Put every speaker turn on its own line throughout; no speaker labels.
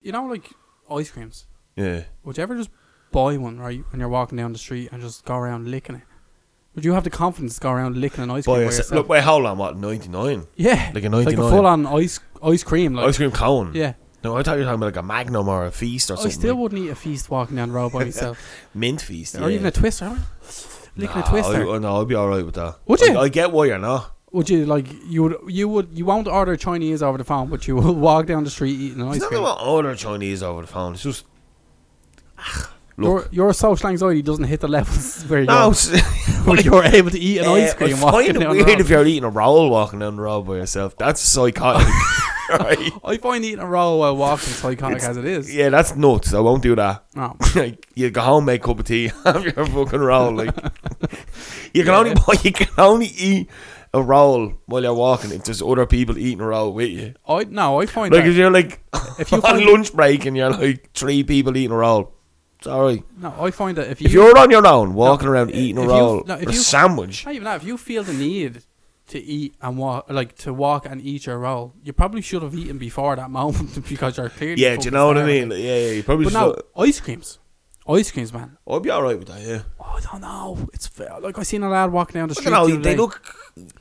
you know, like ice creams.
Yeah.
Would you ever just buy one, right, when you're walking down the street and just go around licking it? Would you have the confidence to go around licking an ice cream
Buy
by
a se-
yourself?
look, wait, hold on. What? Ninety nine.
yeah,
Like a
like a
99.
full on ice ice cream. Like,
Ice cream cone.
yeah,
No, I thought you were talking about like a Magnum or a feast or
I
something.
still
like
wouldn't eat a feast walking down the road by myself,
mint feast.
or
yeah.
even a twister. I would- Licking a twister.
I, no, I'd be all right with that.
Would
I-
you?
I, get why you're not.
Would you like you would you would you won't order Chinese over the phone, but you will walk down the street eating an
It's
ice
not
cream.
about order Chinese over the phone. It's just
Your your social anxiety doesn't hit the levels where
no.
you're,
It's,
where you're able to eat an
Eh,
ice cream
I
walking
find it
down
weird
the road.
if you're eating a roll walking down the road by yourself. That's psychotic. right?
I find eating a roll while walking psychotic
It's-
as it is.
Yeah, that's nuts. I won't do that.
No.
like you go home, make a cup of tea, have your fucking roll. Like you can only
Yeah.
buy- you can only eat a roll while you're walking if there's other people eating a roll with you.
I no, I find
Like
that-
if you're like
If you
on
find-
lunch break and you're like three people eating a roll, sorry.
no, I find that if you
If you're on your own, walking around
i-
eating a
if you-
roll
no, if
or a
you-
sandwich,
not even that, if you feel the need to eat and walk like to walk and eat your roll, you probably should have eaten before that moment because you're clearly
yeah, do you
fucking
know what I
starving.
mean? Like, yeah, yeah, you probably.
But
should
no, ice creams, ice creams, man.
I'd be all right with that. Yeah,
Oh, I don't know. It's fair. like I seen a lad walking down the
Look
street.
at how
the other
they
day.
look.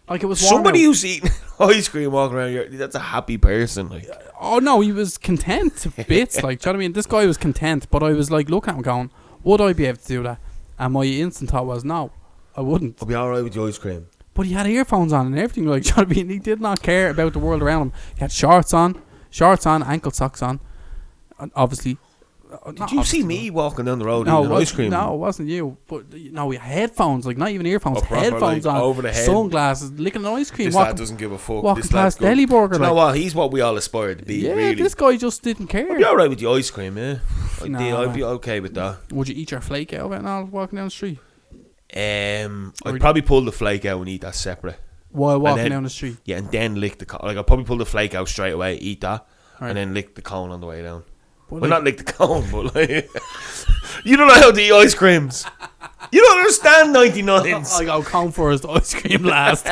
like it was warm
Somebody
out.
who's eating ice cream walking around, you're, that's a happy person. Like,
Oh no, he was content to bits. like, do you know what I mean? This guy was content, but I was like, look at him going, would I be able to do that? And my instant thought was, no, I wouldn't.
I'd be all right with the ice cream.
But he had earphones on and everything. Like, do you know what I mean? He did not care about the world around him. He had shorts on, shorts on, ankle socks on. And obviously, uh,
Did you see me walking down the road
No, it
eating ice
wasn't-
cream?
No, it wasn't you. But you know, he had headphones, like not even earphones,
Oh, proper,
headphones
like,
on,
over the head.
sunglasses, licking an ice cream.
This
walking-
lad doesn't give a fuck.
walking
this lad's
past
good.
Deli Burger,
Do you know
like-
what? He's what we all aspire to be.
yeah,
really.
this guy just didn't
I'd
care.
be all right with the ice cream. Yeah, I'd,
Nah,
be, I'd be
man.
okay with that.
Would you eat your flake out of it and all walking down the street?
Um,
Or-
I'd probably pull the flake out and eat that separate.
While walking
then-
down the street.
Yeah, and then lick the co- like I'd probably pull the flake out straight away, eat that,
Right.
and then lick the cone on the way down.
But
Well,
like-
not lick the cone, but like you don't know how to eat ice creams. You don't understand ninety nines.
I go come first, ice cream last.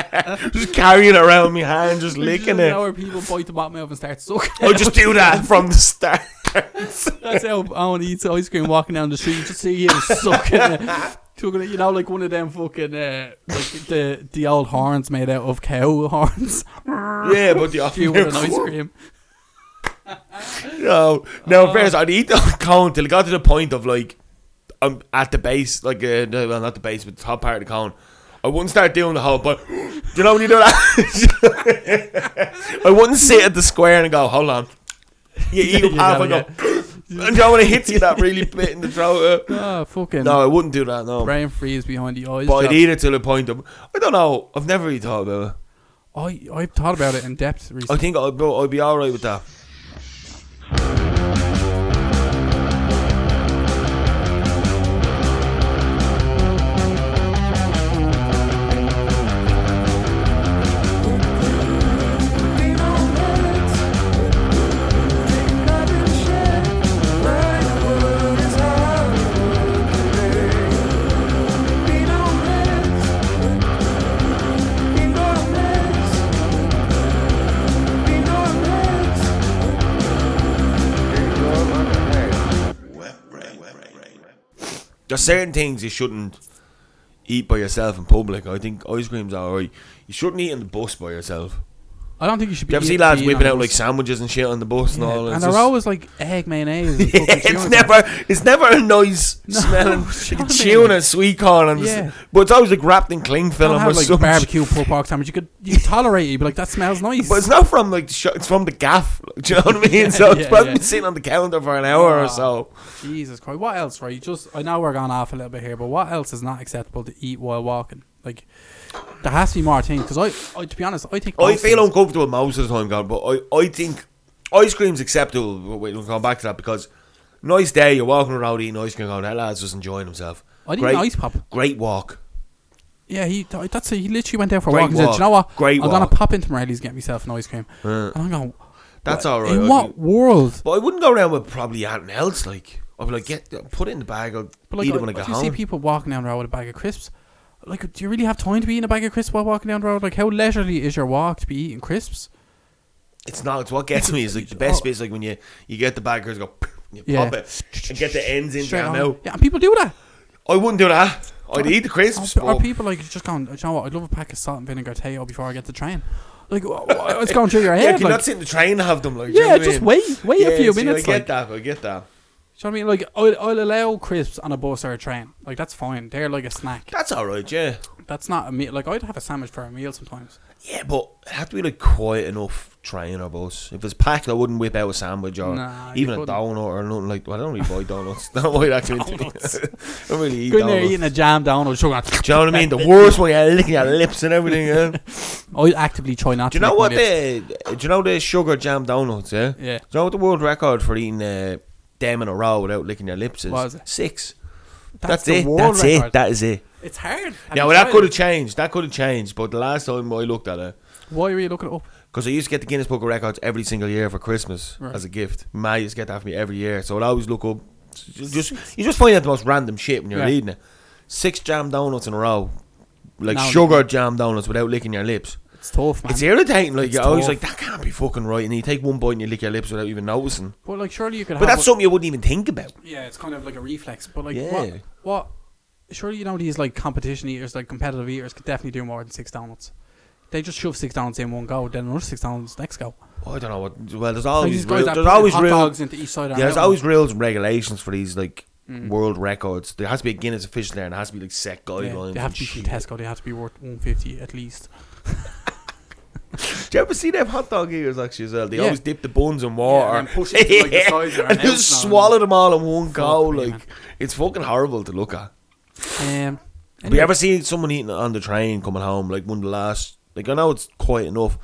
just carrying it around my hand, just licking
Now
it.
where people bite the bottom off and start sucking.
I just do that from the start.
That's how Owen eats ice cream walking down the street. You just see him sucking it. Chugging it, you know, like one of them fucking uh, like the the old horns made out of cow horns.
yeah, but the
Chew with an ice cream.
No,
Ah.
no. First, I'd eat the cone till it got to the point of like, I'm at the base, like uh, no, well, not the base, but the top part of the cone. I wouldn't start doing the whole, but do you know when you do that? I wouldn't sit at the square and go, hold on. You eat up
You
half
gotta
and go, and you know when it hits you that really bit in the throat. uh,
Ah, fucking
No, I wouldn't do that. No,
brain freeze behind the eyes.
but I'd
Jack.
eat it till the point of. I don't know. I've never really thought about it.
I I've thought about it in depth recently.
I think I'd, be- I'd be alright with that. There's certain things you shouldn't eat by yourself in public. I think ice cream's alright. You shouldn't eat on the bus by yourself.
I don't think you should be.
Oh, You ever see
eat-
lads
being
whipping out
honest.
like sandwiches and shit on the bus and all?
and
It's
they're
just-
always like egg mayonnaise. and
Yeah,
fucking tuna
it's
sauce.
never, it's never a nice
No,
smelling
I mean-
tuna, sweet corn, and
Yeah.
but it's always like wrapped in cling
You don't
film or
have like
something.
barbecue pulled pork sandwich. You could you could tolerate it. You'd be like that smells nice.
But it's not from like the shop, it's from the gaff. Do you know what I mean? so it's
yeah,
probably
yeah.
been sitting on the counter for an hour
Ah.
or so.
Jesus Christ, what else? Right, just I know we're gone off a little bit here, but what else is not acceptable to eat while walking? Like there has to be more things because I, I, to be honest, I think
I
most
feel
things-
uncomfortable most of the time, God, but I, I think ice cream's acceptable. but Wait, we'll come back to that because nice day, you're walking around eating ice cream, going, that lad's just enjoying himself.
I'd eat
great,
an ice pop.
Great walk.
Yeah, he th- that's it. He literally went out for a
Great
walk and said, "Do
walk.
"You know what?
Great
I'm gonna
walk."
pop into Morelli's get myself an ice cream." And I'm going.
That's
"What-
all right.
In
I'd
what
be-
world?
But I wouldn't go around with probably anything else. Like, I'd be like, get put it in the bag, I'll
But like,
eat it
I-
when I get
do you see
home.
people walking down the road with a bag of crisps? Like, do you really have time to be eating a bag of crisps while walking down the road? Like, how leisurely is your walk to be eating crisps?
It's not. It's what gets me. Is like the best bit is like when you you get the bad girls go, and you
Yeah.
pop it and get the ends into
Straight
your
on.
mouth.
Yeah, and people do that.
I wouldn't do that. I'd eat the crisps.
Are,
but-
people like just going? You know what? I'd love a pack of salt and vinegar Teo before I get the train. Like, wha- wha- what's going through your
yeah,
head?
can you
like,
not sit in the train and have them? Like, do you know
yeah,
what I
just
mean?
wait, wait
Yeah,
a few
see,
minutes.
I
like,
get that. I get that.
Do you know what I mean? Like, I'll, I'll allow crisps on a bus or a train. Like, that's fine. They're like a snack.
That's all right. Yeah.
That's not a meal. Like, I'd have a sandwich for a meal sometimes.
Yeah, but it had to be like quiet enough train or bus. If it's packed, I wouldn't whip out a sandwich or
Nah, you
even a
couldn't.
donut or nothing like. Well, I don't really buy donuts. That's why that came to me. I don't really eat
Go in there eating
donuts.
a jam down or sugar.
Do you know what I mean? The worst one, you're licking your lips and everything. Yeah. Do
I'd actively try not
you
to.
know
lick
what
my lips.
the? Do you know the sugar jam donuts? Yeah. Do
Yeah.
you know what the world record for eating uh, them in a row without licking your lips is?
What is it?
Six.
That's,
That's,
the
it.
world
That's
record.
it. That is it.
It's hard.
Yeah, well, that could have changed. That could have changed. But the last time I looked at it,
Why were you looking it up?
Because I used to get the Guinness Book of Records every single year for Christmas
Right.
as a gift. Ma used to get that for me every year, so I'd always look up. Just you just find out the most random shit when you're
Yeah.
reading it. Six jam donuts in a row, like
No.
sugar jam donuts without licking your lips.
It's tough, man.
It's irritating. Like
It's
you're always
tough.
like that can't be fucking right, and you take one bite and you lick your lips without even noticing.
but like, surely you could.
But
have
that's something you wouldn't even think about.
Yeah, it's kind of like a reflex. But like,
Yeah.
what? What? Surely you know these like competition eaters, like competitive eaters, could definitely do more than six donuts. They just shove six donuts in one go, then another six donuts next go.
Oh, I don't know what. Well, there's always
these guys
rules.
that
Oh, there's
put
always
hot
rules.
dogs into each side.
Yeah, there's
out.
always rules and regulations for these like
Mm.
world records. There has to be a Guinness official there, and there has to be like set
Yeah,
guidelines.
they have
and
to be from
shit.
Tesco. They have to be worth one fifty at least.
Do you ever see them hot dog eaters actually as well? They
Yeah.
always dip the buns in water
and push it to, like, the sides of their
and
mouth
just
now.
swallow them all in one go.
Fuck me,
Like
man.
it's fucking horrible to look at.
Um,
Have you ever seen someone eating it on the train coming home? Like one of the last, like I know it's quite enough.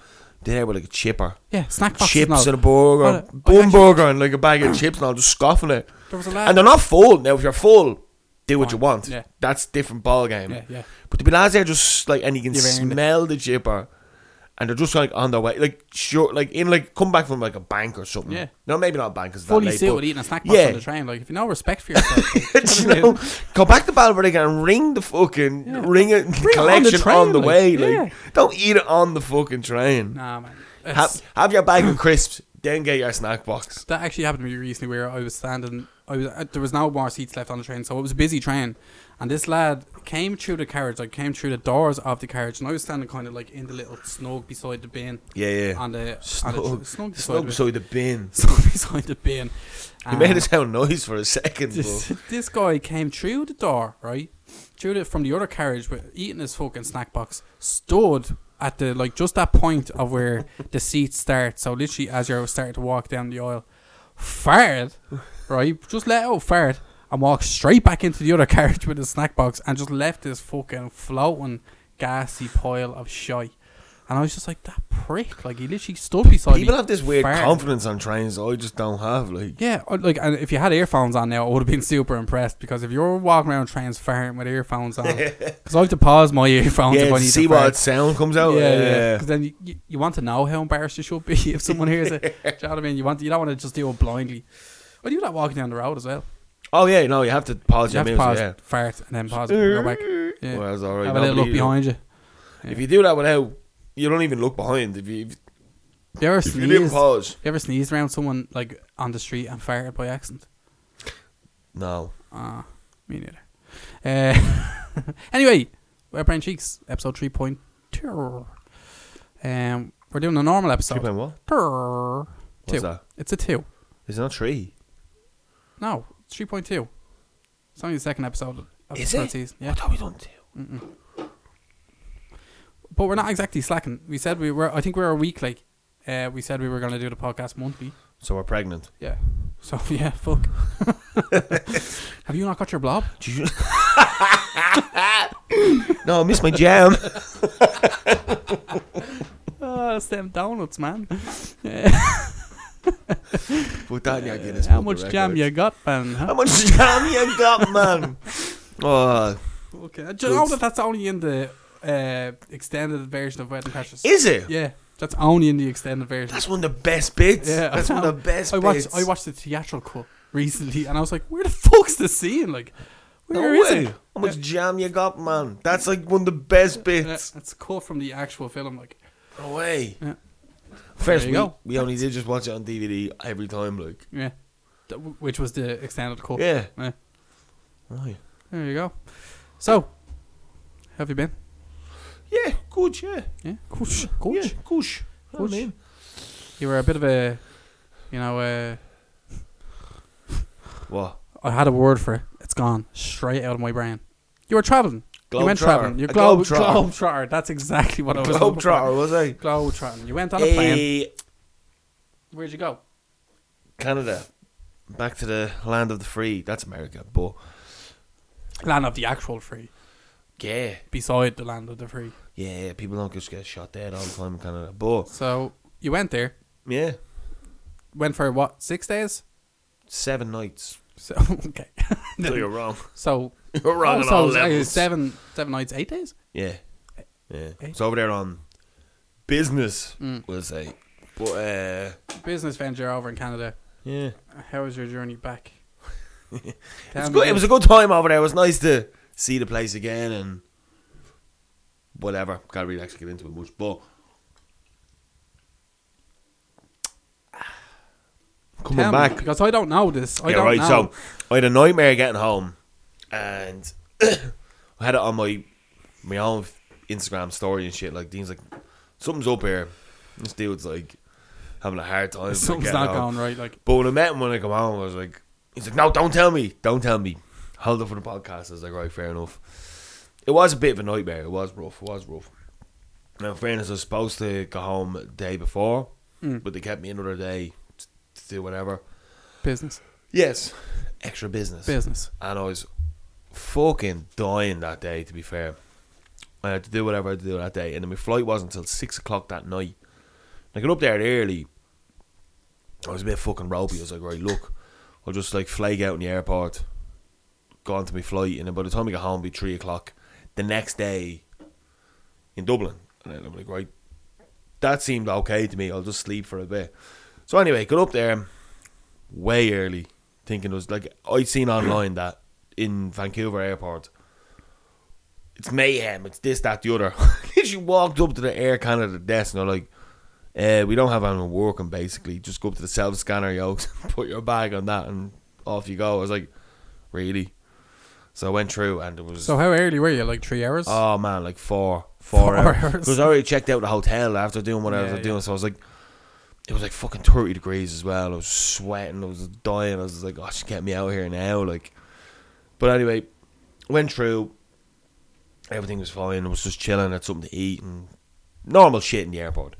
They're there with like a chipper,
yeah, snack boxes and all.
chips and a burger,
Well, I
bun
actually-
burger, and like a bag of chips, and I'm just scoffing it.
There was a lad.
And they're not full now. If you're full, do what
Fine.
you want.
Yeah.
That's different ball game.
yeah, yeah.
But the lads there just like, and you can
You've earned it.
smell the chipper, and they're just like on their way, like sure, like in like come back from like a bank or something.
Yeah.
No, maybe not a bank because
Fully
late,
sealed
but,
eating a snack box
Yeah.
on the train. Like if you know respect for yourself, like,
you know, go back to Balbriggan and ring the fucking
Yeah.
ring it
it on the
collection on the,
train, like,
way. Like
yeah.
don't eat it on the fucking train.
nah, man. It's-
Have, have your bag of crisps, then get your snack box.
That actually happened to me recently where I was standing, I was uh, there was no more seats left on the train, so it was a busy train. And this lad came through the carriage, like came through the doors of the carriage, and I was standing kind of like in the little snug beside the bin. uh,
Yeah, yeah.
On the snug, on the,
Snug,
tr- snug beside
snug
the bin.
beside the bin.
Snug beside the bin.
You
And
made it sound nice for a second, but
this, this guy came through the door, right? Through the, from the other carriage, with, eating his fucking snack box, stood at the like just that point of where the seats start. So literally, as you're starting to walk down the aisle, farted, right? Just let out fart and walked straight back into the other carriage with his snack box and just left this fucking floating gassy pile of shite. And I was just like that prick. Like he literally stood beside
people
me.
have this weird
farted.
confidence on trains. I just don't have like.
Yeah, or, like and if you had earphones on now, I would have been super impressed because if you're walking around trains farting with earphones on, because I have to pause my earphones if
yeah,
I
to
need
see
to
what
fart.
sound comes out.
yeah, yeah.
yeah.
'Cause then you, you, you want to know how embarrassed you should be if someone hears it. do you know what I mean? You want you don't want to just do it blindly. Well, you do that walking down the road as well.
Oh yeah, no, you have to
You
pause your
have to
music.
pause,
Yeah.
fart, and then pause, and go back. Yeah.
Well, that's all right.
have a little look
Nobody-
behind you.
If you do that without, you don't even look behind. If you if,
You ever
if you didn't
sneezed? You
pause,
ever sneezed around someone like on the street and farted by accident?
no.
Ah, me neither. Uh, anyway, we're Brain Cheeks, episode 3.2. Um, we're doing a normal
Three
episode.
point what?
Two.
What's that?
It's a 2.
Is it not three?
No, it's 3.2. It's only the second episode of
Is
the third
it?
season.
I
Yeah.
thought we done two.
But we're not exactly slacking. We said we were, I think we were a week like, uh, we said we were going to do the podcast monthly.
So we're pregnant.
Yeah. So, yeah, fuck. Have you not got your blob?
Did you- no, I missed my jam.
Oh, it's them donuts, man.
Put that in your Guinness
How
Book of
much jam
Records.
you got, man? huh?
How much jam you got, man? Oh,
Okay, do you know that that's only in the uh, extended version of Wedding Crashers?
is it?
yeah, that's only in the extended version.
That's one of the best bits.
Yeah, I
that's one
know.
of the best
I watched
bits.
I watched the theatrical cut recently, and I was like, "Where the fuck's the scene? Like, where
No
is
way.
it?"
How much jam you got, man? That's like one of the best
Yeah,
bits.
it's cut from the actual film. Like,
No way.
Yeah.
First
you
week,
go.
we only did just watch it on DVD every time, like.
Yeah. Th- w- Which was the extended cut.
Yeah.
Yeah.
Right.
There you go. So, how have you been?
Yeah, good, yeah.
Yeah. Coach. Coach.
Yeah, goosh. You know what I
Goosh.
mean?
You were a bit of a, you know, uh,
What?
I had a word for it. It's gone straight out of my brain. You were traveling. you went
Globetrotter.
traveling. You're
A
globe
globetrotter.
globetrotter. That's exactly what I was. hoping for.
Globetrotter, was I? Eh,
Globetrotting. You went on a plane.
Hey,
Where'd you go?
Canada. Back to the land of the free. That's America, but
Land of the actual free,
yeah,
beside the land of the free.
yeah. People don't just get shot dead all the time in Canada, but
So you went there.
yeah,
Went for what? Six days.
seven nights.
So okay.
No, you're wrong.
So
You're wrong
oh,
on
so
all
it was, uh,
levels.
Seven, seven nights, eight days.
Yeah, yeah.
Eh?
It's over there on business.
Mm.
We'll say, but uh,
Business venture over in Canada.
yeah,
How was your journey back?
it's good. It was a good time over there. It was nice to see the place again and whatever. Can't really actually get into it much, but coming back.
because I don't know this. I
yeah,
don't
right.
know.
So I had a nightmare getting home, and I had it on my my own Instagram story and shit. Like Dean's like, something's up here. This dude's like having a hard time. like,
Something's
getting
not
home.
going right. Like
But when I met him when I come home, I was like, he's like, no, don't tell me, don't tell me. Hold up for the podcast. I was like, right, fair enough. It was a bit of a nightmare. It was rough. It was rough. Now, in fairness, I was supposed to go home the day before,
mm,
but they kept me another day to, to do whatever.
business,
Yes, extra business.
business.
And I was fucking dying that day, to be fair. I had to do whatever I had to do that day. And then my flight wasn't until 6 o'clock that night. And I got up there early. I was a bit fucking ropey. I was like, right, look, I'll just like flake out in the airport, go on to my flight. And then by the time I get home, it'll be 3 o'clock the next day in Dublin. And then I'm like, right, that seemed okay to me. I'll just sleep for a bit. So anyway, got up there way early, thinking it was like I'd seen online that in Vancouver Airport. It's mayhem. It's this, that, the other. she walked up to the Air Canada desk and they're like, eh, "We don't have anyone working. Basically, just go up to the self scanner, yokes, put your bag on that, and off you go." I was like, "Really?" So I went through, and it was
So how early were you? Like three hours.
Oh man, like four, four
Four
hours.
hours.
Because I already checked out the hotel after doing what I
Yeah,
was
yeah.
doing, so I was like, it was like fucking thirty degrees as well. I was sweating, I was dying. I was like, oh, just get me out of here now, like. But anyway, went through. Everything was fine. I was just chilling, had something to eat, and normal shit in the airport.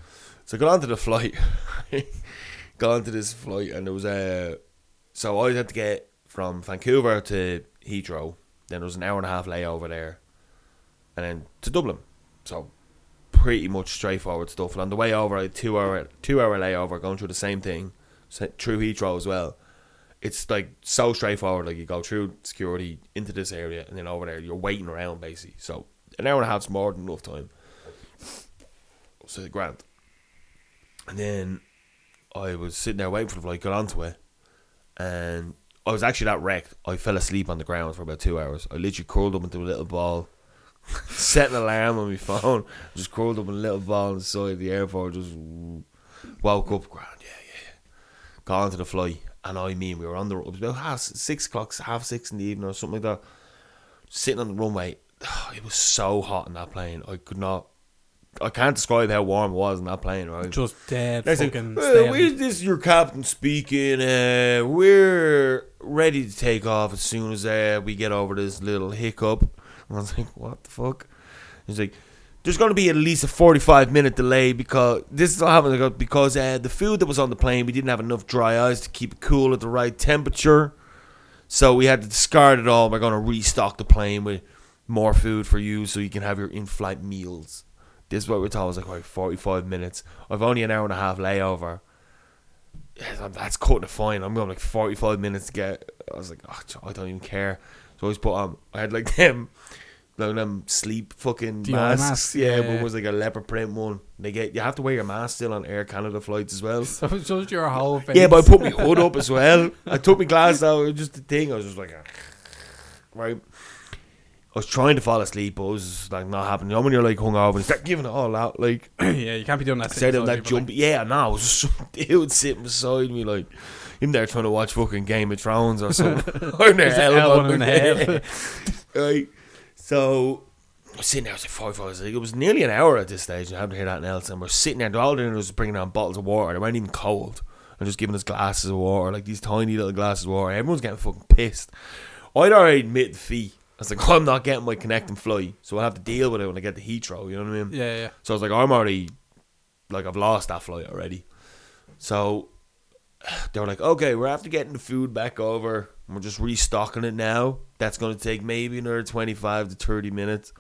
So I got onto the flight. got onto this flight, and there was a. So I had to get from Vancouver to Heathrow. Then there was an hour and a half layover there, and then to Dublin. So pretty much straightforward stuff. And on the way over, I had two hour two hour layover, going through the same thing, sa- through Heathrow as well. It's like so straightforward. Like you go through security into this area, and then over there you're waiting around basically. So an hour and a half's more than enough time. So grand. And then I was sitting there waiting for the flight, got onto it, and I was actually that wrecked. I fell asleep on the ground for about two hours. I literally curled up into a little ball, set an alarm on my phone, just curled up in a little ball inside the airport, just woke up, ground, yeah, yeah, yeah. Got onto the flight, and I mean, we were on the, it was about half, six o'clock, half six in the evening or something like that, sitting on the runway. It was so hot in that plane. I could not, I can't describe how warm it was in that plane, right?
Just dead.
They said,
fucking.
"Uh,
stale.
where's this your captain speaking? Uh, we're ready to take off as soon as uh, we get over this little hiccup. And I was like, what the fuck? He's like, there's going to be at least a 45 minute delay because this is what happened like, because uh, the food that was on the plane, we didn't have enough dry ice to keep it cool at the right temperature. So we had to discard it all. We're going to restock the plane with more food for you so you can have your in flight meals. This is what we're told. I was like, right, 45 minutes. I've only an hour and a half layover. Yes, I'm- That's cutting it fine. I'm going like 45 minutes to get. I was like, oh, I don't even care. So I was put on. I had like them, like them sleep fucking
The old
masks.
masks,
Yeah,
yeah,
but
yeah.
it was like a leopard print one. They get you have to wear your mask still on Air Canada flights as well.
So it's just your whole face.
Yeah, but I put my hood up as well. I took my glass out. It was just the thing. I was just like, ah. right. I was trying to fall asleep, but it was like not happening. You know when you're like hungover and start giving it all out, like
yeah, you can't be doing that.
said
sitting
him
beside
that
people,
jump. Yeah, no, it was just dude sitting beside me like him there trying to watch fucking Game of Thrones or something. or the
It's an
hell,
L
one
one and a
right. So I was sitting there, I was like five hours. Like, it was nearly an hour at this stage. and I haven't heard that else. And we're sitting there. All they was bringing out bottles of water. They weren't even cold. And just giving us glasses of water, like these tiny little glasses of water. Everyone's getting fucking pissed. I'd already admit the fee. I was like, "Oh, I'm not getting my connecting flight, so I'll have to deal with it when I get to Heathrow. You know what I mean?
like- Yeah, yeah.
So I was like, "Oh, I'm already, like, I've lost that flight already. So they were like, okay, we're after getting the food back over. and We're just restocking it now. That's going to take maybe another 25 to 30 minutes.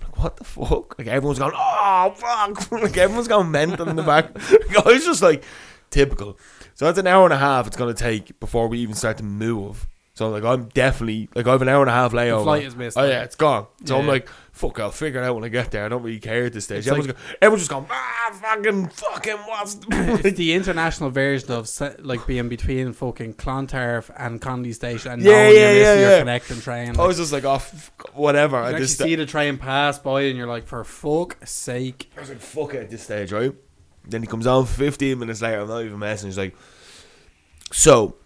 I'm like, what the fuck? Like, everyone's going, oh, fuck. like, everyone's going mental in the back. Like, I was just like, typical. So that's an hour and a half it's going to take before we even start to move. So like I'm definitely like I have an hour and a half layover.
flight is missed.
Oh yeah, it's gone. So I'm
Yeah.
like, fuck, I'll figure it out when I get there. I don't really care at this stage.
It's
Everyone's,
like-
go- everyone's just going, ah, fucking, fucking, what's
It's the international version of se- like being between fucking Clontarf and Condy Station, and
Yeah,
knowing
yeah,
you're missing
yeah,
your
yeah.
connecting train.
I
Like,
was uh, just like, oh, f- whatever.
you
At
actually
this, sta-
see the train pass by, and you're like, for fuck's sake.
I was like, fuck it at this stage, right? Then he comes on 15 minutes later. I'm not even messing. He's like, so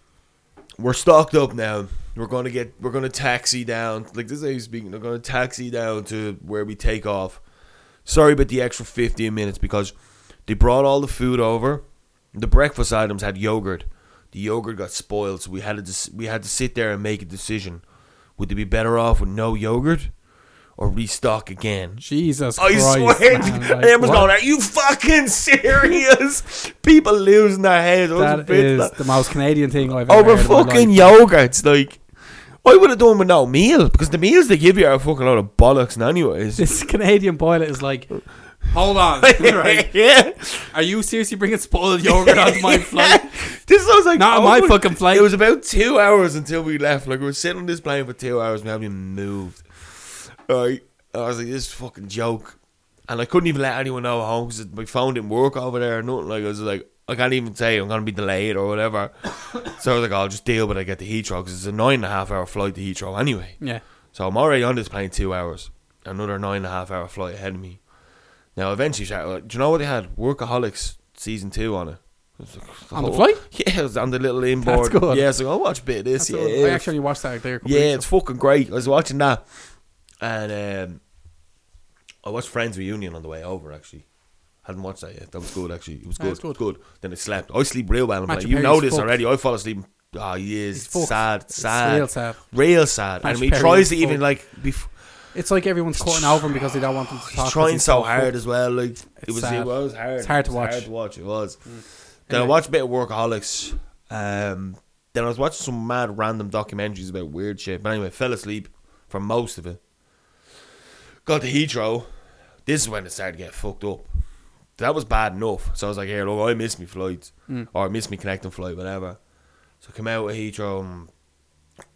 we're stocked up now. We're gonna get. We're gonna taxi down. Like this is how he's speaking. They're gonna taxi down to where we take off. Sorry about the extra 15 minutes because they brought all the food over. The breakfast items had yogurt. The yogurt got spoiled, so we had to dis- we had to sit there and make a decision. Would they be better off with no yogurt or restock again?
Jesus
I
Christ.
swear,
man,
to-
like,
and everyone's
what?
going, "Are you fucking serious?" People losing their heads. I was a
That
bit
is
like-
the most Canadian thing I've ever
over
heard. in my
fucking
life.
yogurts. Like, I would have done with no meal because the meals they give you are a fucking load of bollocks, and anyways.
This Canadian boiler is like, hold on, right?
yeah,
Are you seriously bringing spoiled yogurt onto my flight?
this was like
Not on my
over-
fucking flight.
It was about two hours until we left. Like we were sitting on this plane for two hours. We haven't even moved. Right? I was like, this is a fucking joke, and I couldn't even let anyone know at home because my phone didn't work over there. Or nothing like I was like, I can't even say I'm gonna be delayed or whatever. so I was like, I'll just deal with it. I get to Heathrow because it's a nine and a half hour flight to Heathrow anyway.
yeah.
So I'm already on this plane two hours. Another nine and a half hour flight ahead of me. Now, eventually, shout out, do you know what they had? Workaholics season two on it. It was like
On the
whole-
flight?
Yeah, it was on the little inboard.
good.
Yeah, so I'll watch a bit of this.
So
yeah,
I actually watched that there. a couple
yeah,
weeks
it's fucking great. I was watching that, and um, I watched Friends Reunion on the way over. Actually, hadn't watched that yet. That was good. Actually, it was
Ah,
good.
it's good.
good. Then I slept. I sleep real well. I'm
Matthew
like, you
Perry's
know this
fucked.
already. I fall asleep. Oh, he is
He's fucked.
sad,
It's
sad,
real sad.
real sad.
Matthew
and he
Perry
tries
is
to even
fucked.
like be. f-
It's like everyone's cutting over him because they don't want them to talk.
He's
'cause
trying so
fucked.
hard as well. Like it
It's
was,
sad.
it was hard.
It's hard to
It was
watch. Mm.
Hard to watch. It was. Then I watched a bit of Workaholics. Um, then I was watching some mad random documentaries about weird shit. But anyway, fell asleep for most of it. Got to Heathrow. This is when it started to get fucked up. That was bad enough. So I was like, here, look, I missed me flights.
Mm.
Or I missed me connecting flight, whatever. So I came out of Heathrow and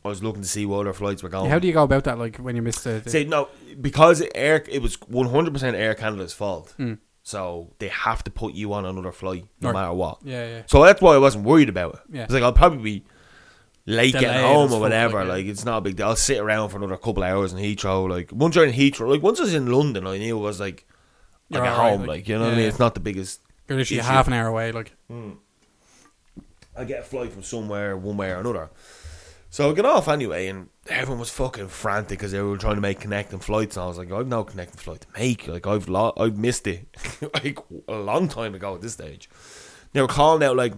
I was looking to see what other flights were going.
How do you go about that? Like when you miss the, the
Say no because air it was one hundred percent Air Canada's fault. So they have to put you on another flight no
Hmm. Right.
matter what.
yeah, yeah.
So that's why I wasn't worried about it.
Yeah.
It's like I'll probably be late getting
Delayed
home
as
or
fuck,
whatever.
like,
Like,
yeah.
it's not a big deal. I'll sit around for another couple of hours in Heathrow. Like once you're in Heathrow, like once I was in London, I knew it was like like
You're
at
alright,
home.
like,
Like, you know what I
yeah,
mean?
yeah.
It's not the biggest.
You're literally
issue.
half an hour away. Like
I get a flight from somewhere, one way or another. So I get off anyway, and everyone was fucking frantic because they were trying to make connecting flights, and I was like, I've no connecting flight to make. Like I've lo- I've missed it like a long time ago at this stage. They were calling out like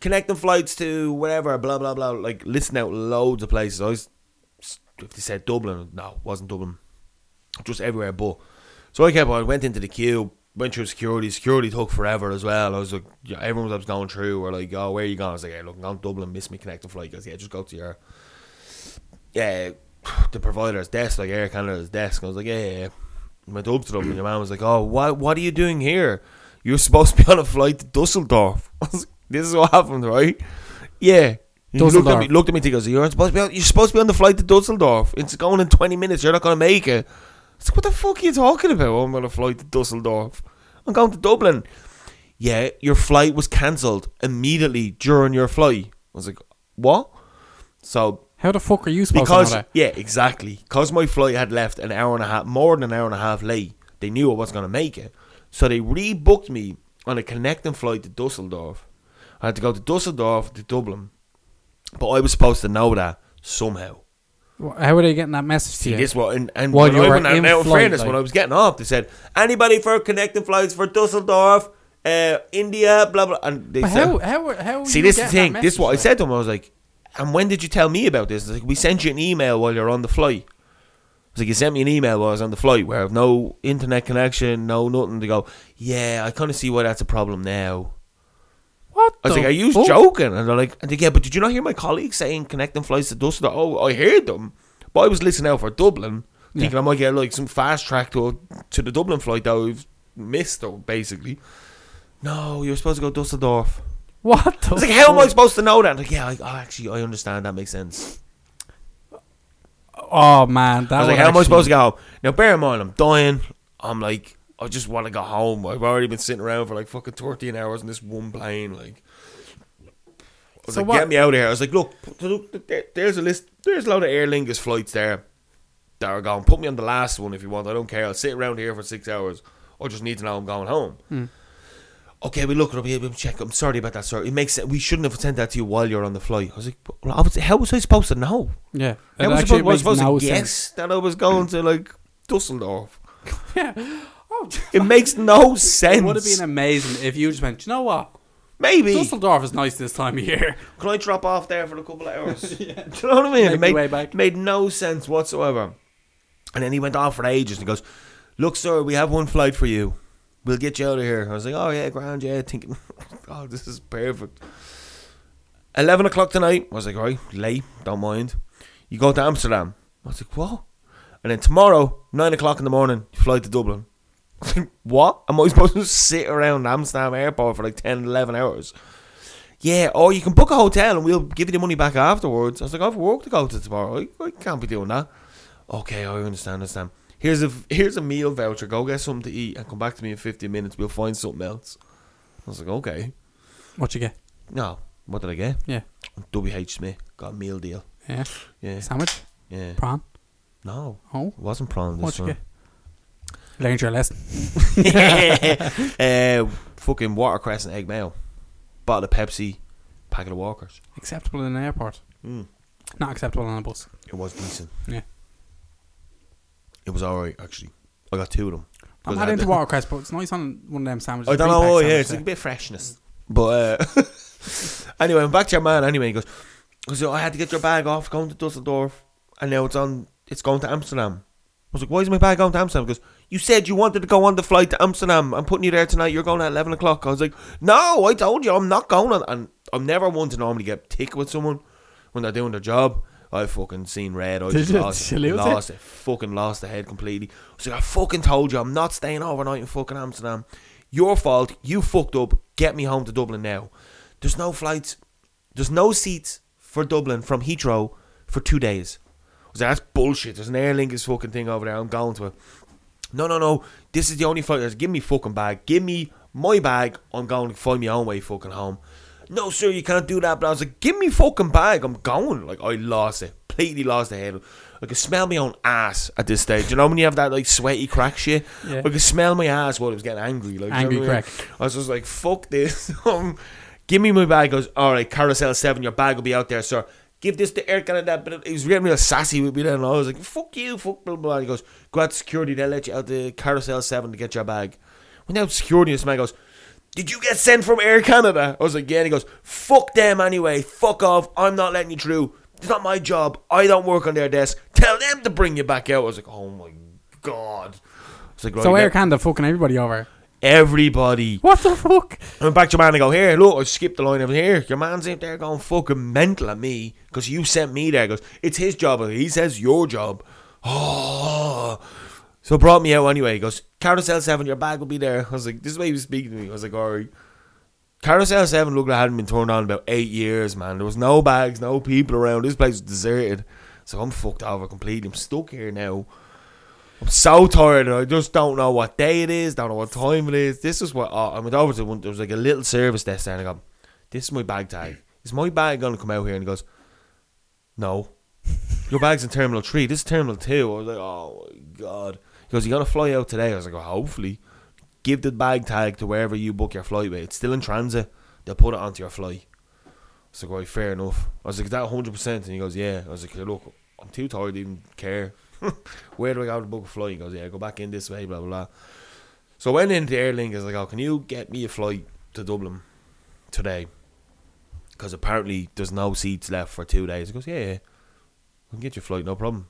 connecting flights to whatever, blah blah blah. Like listing out loads of places. I was if they said Dublin, no, it wasn't Dublin. Just everywhere but. So I kept on, went into the queue, went through security. Security took forever as well. I was like, yeah, everyone was going through. We're like, oh, where are you going? I was like, hey, look, I'm going to Dublin, miss me connecting flight. He goes, yeah, just go to your, yeah, the provider's desk, like Air Canada's desk. I was like, yeah, yeah, yeah. Went up to them, and your man was like, oh, what, what are you doing here? You're supposed to be on a flight to Dusseldorf. I was like, this is what happened, right? Yeah. He looked at
Dusseldorf.
me, looked at me, and he goes, "You're supposed to be on, you're supposed to be on the flight to Dusseldorf. It's going in twenty minutes. You're not going to make it." It's like, "What the fuck are you talking about? Oh, I'm on a flight to Dusseldorf. I'm going to Dublin." Yeah, your flight was cancelled immediately during your flight. I was like, "What?" So
How the fuck are you supposed
Because
to know that?
yeah, exactly. Because my flight had left an hour and a half, more than an hour and a half late. They knew I was gonna make it, so they rebooked me on a connecting flight to Dusseldorf. I had to go to Dusseldorf to Dublin, but I was supposed to know that somehow.
Wh- How are they getting that message to
See
you?
this what and, and
While
when
you
I
were
went out,
in
now, in
flight,
fairness,
like-
when I was getting off, they said anybody for connecting flights for Dusseldorf, uh, India, blah blah, and they
but
said.
how, how, how are Oh,
See,
you
this is the
getting that
thing. This is what I
message,
said to him. I was like, "And when did you tell me about this?" It's like, "We sent you an email while you're on the flight." I was like, "You sent me an email while I was on the flight, where I've no internet connection, no nothing." To go, yeah, I kind of see why that's a problem now.
like? What
I was
the
like, "Are you
fuck?
joking?" And they're like, "And they yeah, but did you not hear my colleague saying connecting flights to Dusseldorf?" Oh, I heard them, but I was listening out for Dublin, thinking
Yeah.
I might get like some fast track to to the Dublin flight that I've missed, though, basically. No, you're supposed to go Dusseldorf.
What the
I was like, how am I
fuck?
supposed to know that? Like, yeah, like, oh, actually, I understand. That makes sense.
Oh, man. That
I was like,
would
how am I
actually-
supposed to go home? Now, bear in mind, I'm dying. I'm like, I just want to go home. I've already been sitting around for like fucking 13 hours in this one plane. Like, I was
So
like,
what-
get me out of here. I was like, look, look there, there's a list. There's a lot of Aer Lingus flights there that are gone. Put me on the last one if you want. I don't care. I'll sit around here for six hours. I just need to know I'm going home.
Hmm.
Okay, we look it up. Yeah, we check. I'm sorry about that, sir. It makes sense. We shouldn't have sent that to you while you're on the flight. I was like, but I was, how was I supposed to know?
Yeah. It
How was I
actually
supposed, was I
makes
supposed
no
to
sense.
guess that I was going to like Dusseldorf?
Yeah. Oh,
It makes no
it
sense.
would have been amazing if you just went, "Do you know what?
Maybe
Dusseldorf is nice this time of year.
can I drop off there for a couple of hours? Do you know what I mean?
Make
it
your
made,
way back.
made no sense whatsoever. And then he went on for ages and goes, Look, sir, we have one flight for you. We'll get you out of here. I was like, Oh, yeah, grand, yeah. Thinking, Oh, this is perfect. 11 o'clock tonight. I was like, Right, late, don't mind. You go to Amsterdam. I was like, What? And then tomorrow, 9 o'clock in the morning, you fly to Dublin. what? Am I supposed to sit around Amsterdam airport for like 10, 11 hours? Yeah, or you can book a hotel and we'll give you the money back afterwards. I was like, I've work to go to tomorrow. I, I can't be doing that. Okay, I understand, understand. Here's a here's a meal voucher. Go get something to eat and come back to me in 15 minutes. We'll find something else. I was like, okay.
What you get?
No, what did I get?
Yeah,
WH Smith got a meal deal.
yeah.
Yeah,
Sandwich,
yeah.
prawn.
No,
Oh,
it wasn't prawn this
what you
one.
get? Learned your lesson.
uh, fucking watercress and egg mayo. Bottle of Pepsi, packet of Walkers.
Acceptable in an airport,
Mm.
not acceptable on a bus.
It was decent.
Yeah,
It was alright actually. I got two of them.
I'm
Because I
not
had
into
the-
watercress, but it's nice on one of them sandwiches.
I don't know.
three-pack
Oh, yeah,
sandwich
it's like
there.
a bit of freshness. But uh, anyway, I'm back to your man. Anyway, he goes. So I had to get your bag off, going to Dusseldorf, and now it's on. It's going to Amsterdam. I was like, why is my bag going to Amsterdam? Because you said you wanted to go on the flight to Amsterdam. I'm putting you there tonight. You're going at eleven o'clock. I was like, no, I told you I'm not going. On. And I'm never one to normally get tick with someone when they're doing their job. I fucking seen red. I
Did
just
you?
lost,
Did you lose it?
lost it. Fucking lost the head completely. I was like, I fucking told you I'm not staying overnight in fucking Amsterdam. Your fault. You fucked up. Get me home to Dublin now. There's no flights. There's no seats for Dublin from Heathrow for two days. I was like, that's bullshit. There's an Aer Lingus fucking thing over there. I'm going to it. No, no, no. This is the only flight. There's. Give me fucking bag. Give me my bag. I'm going to find my own way fucking home. No, sir, you can't do that. But I was like, give me fucking bag. I'm going. Like, I lost it. Completely lost the head. I could smell my own ass at this stage. You know when you have that like sweaty crack shit?
Yeah.
I could smell my ass while I was getting angry. Like, you know
Angry
what I mean?
crack.
I was just like, fuck this. um, give me my bag. He goes, all right, Carousel 7, your bag will be out there, sir. Give this to Air Canada. But he was getting real sassy with me then. And I was like, fuck you, fuck blah, blah, blah. He goes, go out to security. They'll let you out to Carousel 7 to get your bag. Went out to security. This man goes, did you get sent from Air Canada? I was like, yeah. And he goes, fuck them anyway. Fuck off. I'm not letting you through. It's not my job. I don't work on their desk. Tell them to bring you back out. I was like, oh my God. I was like,
So
right,
Air Canada fucking everybody over.
everybody
What the fuck?
I went back to your man and go, here, look, I skipped the line over here. Your man's out there going fucking mental at me because you sent me there. He goes, it's his job. He says your job. Oh. So brought me out anyway. He goes, Carousel 7, your bag will be there. I was like, this is why he was speaking to me. I was like, all right. Carousel 7 looked like it hadn't been turned on in about eight years, man. There was no bags, no people around. This place was deserted. So I'm fucked over completely. I'm stuck here now. I'm so tired. and I just don't know what day it is. Don't know what time it is. This is what oh, I went over to one. There was like a little service desk there, and I go, "This is my bag tag. Is my bag gonna come out here?" And he goes, "No." your bag's in terminal three. This is terminal two. I was like, oh my god. He goes, you gonna fly out today? I was like, well, hopefully. Give the bag tag to wherever you book your flight with. It's still in transit. They'll put it onto your flight. I was like, right, fair enough. I was like, is that 100%? And he goes, yeah. I was like, look, I'm too tired to even care. Where do I go to book a flight? He goes, yeah, go back in this way, blah, blah, blah. So I went into Airlink. I was like, oh, can you get me a flight to Dublin today? Because apparently there's no seats left for two days. He goes, yeah, yeah. I can get your flight, no problem.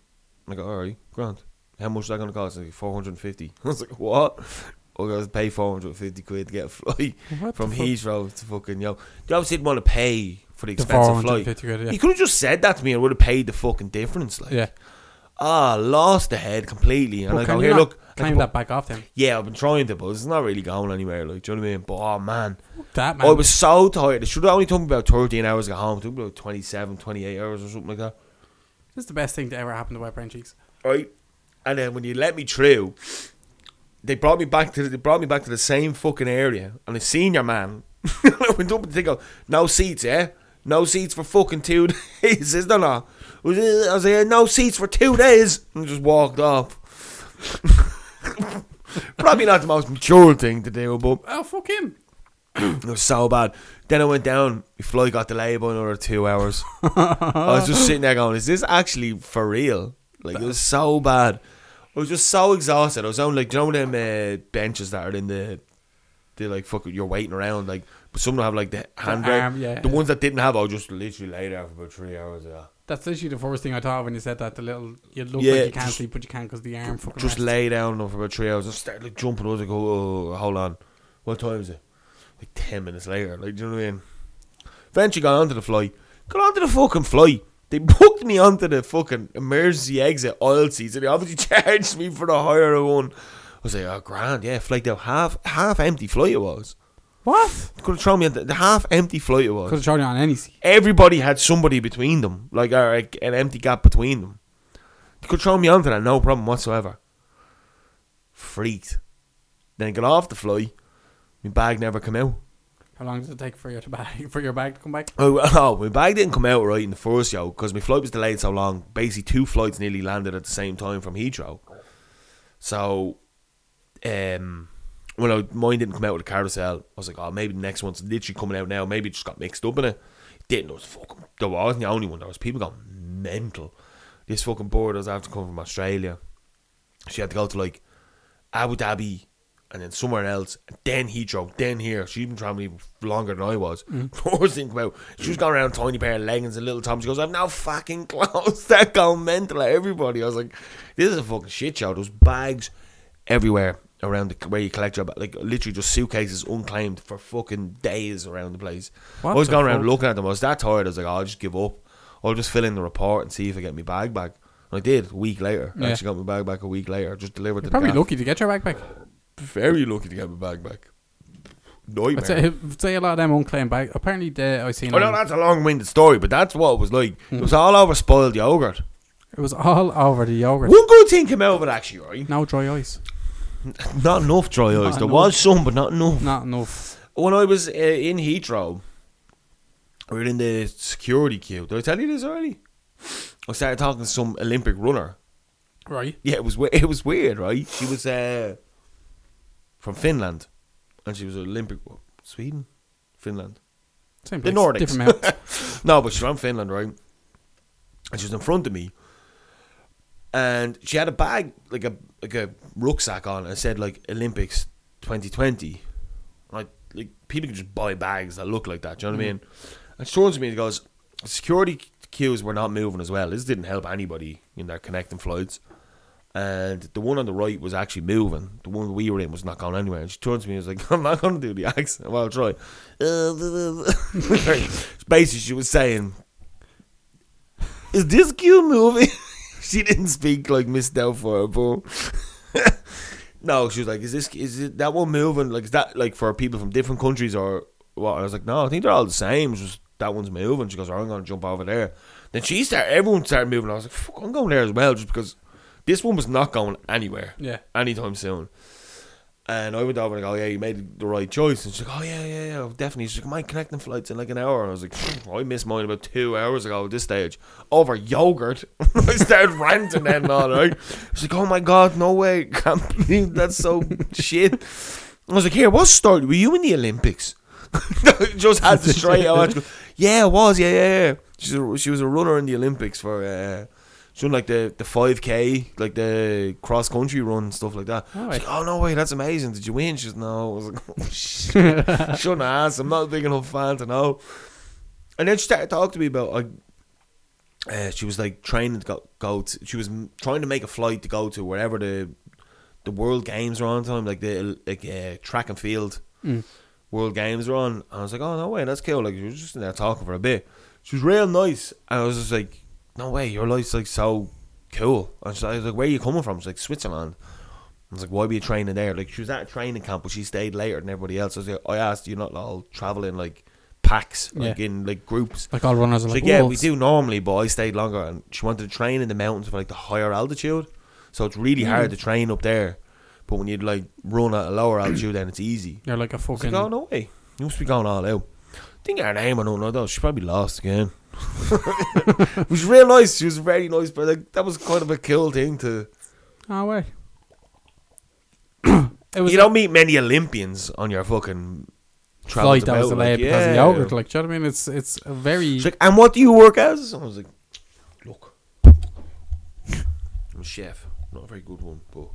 I go, all right, grand. How much is that going to cost? He's Like, 450 I was like, what? I was pay 450 quid to get a flight
What
from
the fuck?
Heathrow to fucking, yo. You obviously didn't want to pay for the
The
expensive flight.
450 quid, yeah.
He could have just said that to me and would have paid the fucking difference. Like,
Yeah.
ah, lost the head completely. And
Well,
I
can
go,
you
oh, here,
not
look. I
claim
can-
that back off them.
yeah, I've been trying to, but it's not really going anywhere. Like, do you know what I mean? But oh man,
That man.
I was so tired. It should have only took me about 13 hours to get home. It took me about 27, 28 hours or something like that.
this is the best thing to ever happen to Wet Brain Cheeks.
Right? And then when you let me through, they brought me back to the, they brought me back to the same fucking area. And a senior man I went up and they go, no seats, yeah? No seats for fucking two days, is there not? I was uh, I was like, no seats for two days. And just walked off. Probably not the most mature thing to do, but
Oh, fuck him.
It was so bad. Then I went down. My flight got delayed by another two hours. I was just sitting there going, "Is this actually for real?" Like it was so bad. I was just so exhausted. I was on like, do you know them uh, benches that are in the, they like fuck, you're waiting around like, but some don't have like the handbrake.
arm, yeah.
The ones that didn't have, I was just literally lay there for about three hours. Yeah.
That's literally the first thing I thought when you said that. The little, you look
Yeah,
like you can't
just-
sleep, but you can because the arm fucking
Just
rests.
lay down for about three hours and started like jumping. I was like, oh, oh, hold on, what time is it? Like ten minutes later. Like, do you know what I mean? Eventually got onto the flight. Got onto the fucking flight. They booked me onto the fucking emergency exit aisle seats, and they obviously charged me for the higher one. I was like, oh grand, yeah, flight out half half empty flight it was.
What?
Could have thrown me at the, the half empty flight it was.
Could have thrown you on any seat.
Everybody had somebody between them, like or, like, an empty gap between them. They could throw me onto that, no problem whatsoever. Freaked. Then I got off the fly. My bag never come out.
How long does it take for your bag for your bag to come back?
Oh, oh, my bag didn't come out right in the first yo because my flight was delayed so long. Basically, two flights nearly landed at the same time from Heathrow. So, um, when I, mine didn't come out with the carousel, I was like, oh, maybe the next one's literally coming out now. Maybe it just got mixed up in it. It didn't. It was fucking. There wasn't the only one. There was people going mental. This fucking board does have to come from Australia. She had to go to like Abu Dhabi and then somewhere else, and then Heathrow, then here. She'd been traveling even longer than I was.
Mm.
First thing come out, she was going around with tiny pair of leggings and little Tom. She goes, I've no fucking clothes. That gone mental at everybody. I was like, this is a fucking shit show. There's bags everywhere around the, where you collect your bag. Like, literally just suitcases unclaimed for fucking days around the place.
What
I was
the
going around
fuck?
looking at them. I was that tired. I was like, "Oh, I'll just give up. I'll just fill in the report and see if I get my bag back. And I did a week later.
Yeah.
I actually got my bag back a week later. Just delivered to
You're
the
probably
gaff
lucky to get your bag back.
very lucky to get my bag back.
I'd
Nightmare.
say, I'd say a lot of them unclaimed bag. Apparently, they, I seen
oh no,
on-
that's a long-winded story, but that's what it was like. It was all over spoiled yogurt.
it was all over the yogurt.
One good thing came out of it actually, right?
No dry ice.
Not enough dry ice.
Not
There
enough.
was some, but not enough.
Not enough.
When I was uh, in Heathrow, we were in the security queue. Did I tell you this already? I started talking to some Olympic runner.
Right.
Yeah, it was we- it was weird, right? She was uh, from Finland, and she was an Olympic Sweden, Finland.
Same
The
place.
Nordics.
Different mountains.
No, but she's from Finland, right? And she's in front of me, and she had a bag like a like a rucksack on, and it said like Olympics 2020. Like like people can just buy bags that look like that. Do you know what I mean? And she turns to me and goes, "Security queues were not moving as well. This didn't help anybody in their connecting flights." And the one on the right was actually moving. The one we were in was not going anywhere. And she turns to me and was like, I'm not going to do the accent. Well, I'll try. Basically, she was saying, Is this cute movie? she didn't speak like Miss Delphine, but. no, she was like, Is this, is it that one moving? Like, is that like for people from different countries or what? I was like, No, I think they're all the same. It's just that one's moving. She goes, I'm going to jump over there. Then she started, everyone started moving. I was like, Fuck, I'm going there as well, just because this one was not going anywhere
Yeah.
anytime soon. And I went over and I go, yeah, you made the right choice. And she's like, oh, yeah, yeah, yeah, definitely. She's like, my connecting flight's in like an hour. And I was like, I missed mine about two hours ago at this stage over yogurt. I started ranting then and all, right? She's like, oh my God, no way. Can't believe that's so shit. I was like, here, what story? Were you in the Olympics? Just had to straight out. She goes, Yeah, I was. Yeah, yeah, yeah. She's a, she was a runner in the Olympics for. Uh, she won like the the five k, like the cross country run stuff like that.
All
I was
right.
like, oh no way, that's amazing. Did you win? She's no. I was like, oh, shit. shouldn't ask. I'm not a big enough fan to know. And then she started talking to me about. Like, uh, she was like training to go, go to, she was m- trying to make a flight to go to wherever the the world games are on time like the like uh, track and field
Mm.
world games are on and I was like oh no way that's cool like she was just in there talking for a bit she was real nice and I was just like no way your life's like so cool and she, I was like where are you coming from she's like Switzerland I was like why were you training there like she was at a training camp but she stayed later than everybody else I was like I asked you not all travel in like packs like
Yeah.
in like groups
Like all runners are
She's
like,
like, yeah, we
"Wolves."
do normally, but I stayed longer, and she wanted to train in the mountains for like the higher altitude, so it's
Mm.
really hard to train up there. But when you like run at a lower altitude, then it's easy.
You're like a
I was like,
fucking.
oh no way, you must be going all out. Didn't get her name or nothing like that. She probably lost again. it was real nice. She was very nice, but like that was kind of a cool thing to.
Oh, way. it was
You don't meet many Olympians on your fucking travels
flight that was
about,
delayed
like,
because of
yeah.
yogurt. Like, do you know what I mean? It's it's a very.
She's like, and what do you work as? I was like, look, I'm a chef. Not a very good one, but.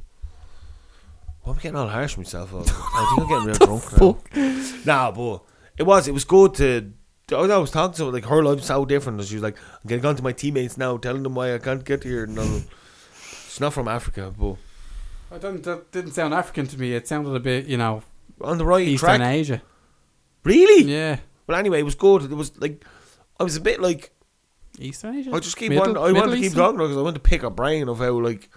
Why am I getting all harsh with myself? over? I think I'm getting real drunk now. Nah, but it was, it was good to. I was- I was talking to her, like her life's so different. and She was like, I'm getting on to my teammates now, telling them why I can't get here. No, it's not from Africa, but
I don't, that didn't sound African to me. It sounded a bit, you know,
on the right
Eastern
track.
Asia.
Really?
Yeah,
But anyway, it was good. It was like, I was a bit like,
Eastern Asia.
I just keep
Middle-
wanting, I wanted
Middle
to keep
Eastern?
talking because I want to pick her brain of how like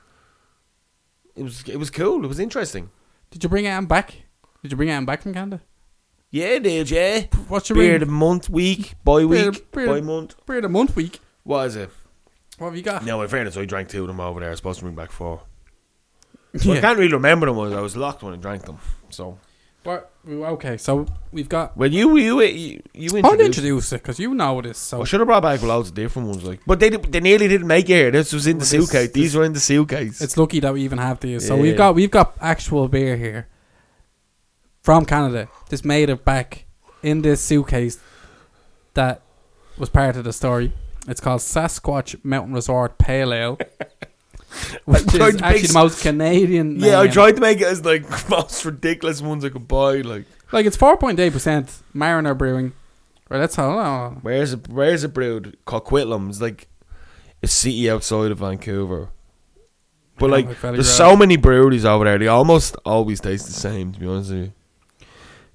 it was. It was cool. It was interesting.
Did you bring Anne back? Did you bring Anne back from Canada?
Yeah, did yeah.
What's your
Beer of
beard?
the month, week, by
Beer-
week,
beer-
by month.
Beard a month week.
What is it?
What have you got?
No, in fairness, I drank two of them over there. I was supposed to bring back four. But I
Yeah.
can't really remember them. I was locked when I drank them. So
What- okay, so we've got.
when you you you, you
I'll
introduced.
introduce Oh, it because you know this. So
I should have brought back loads of different ones, like. But they di- they nearly didn't make it here. This was in the
Well, this-
suitcase. These were in the suitcase.
It's lucky that we even have these. So
Yeah.
we've got we've got actual beer here from Canada. Just made it back in this suitcase that was part of the story. It's called Sasquatch Mountain Resort Pale Ale, which
tried
is
to
actually
mix-
the most Canadian.
yeah, I
name.
tried to make it as like most ridiculous ones I could buy, like.
Like it's four point eight percent Mariner Brewing. Right, that's how. Oh,
Where's it? Where's it brewed? Coquitlam. It's like a city outside of Vancouver. But
Yeah,
like,
like Valley
there's
Road.
so many breweries over there. They almost always taste the same. To be honest with you,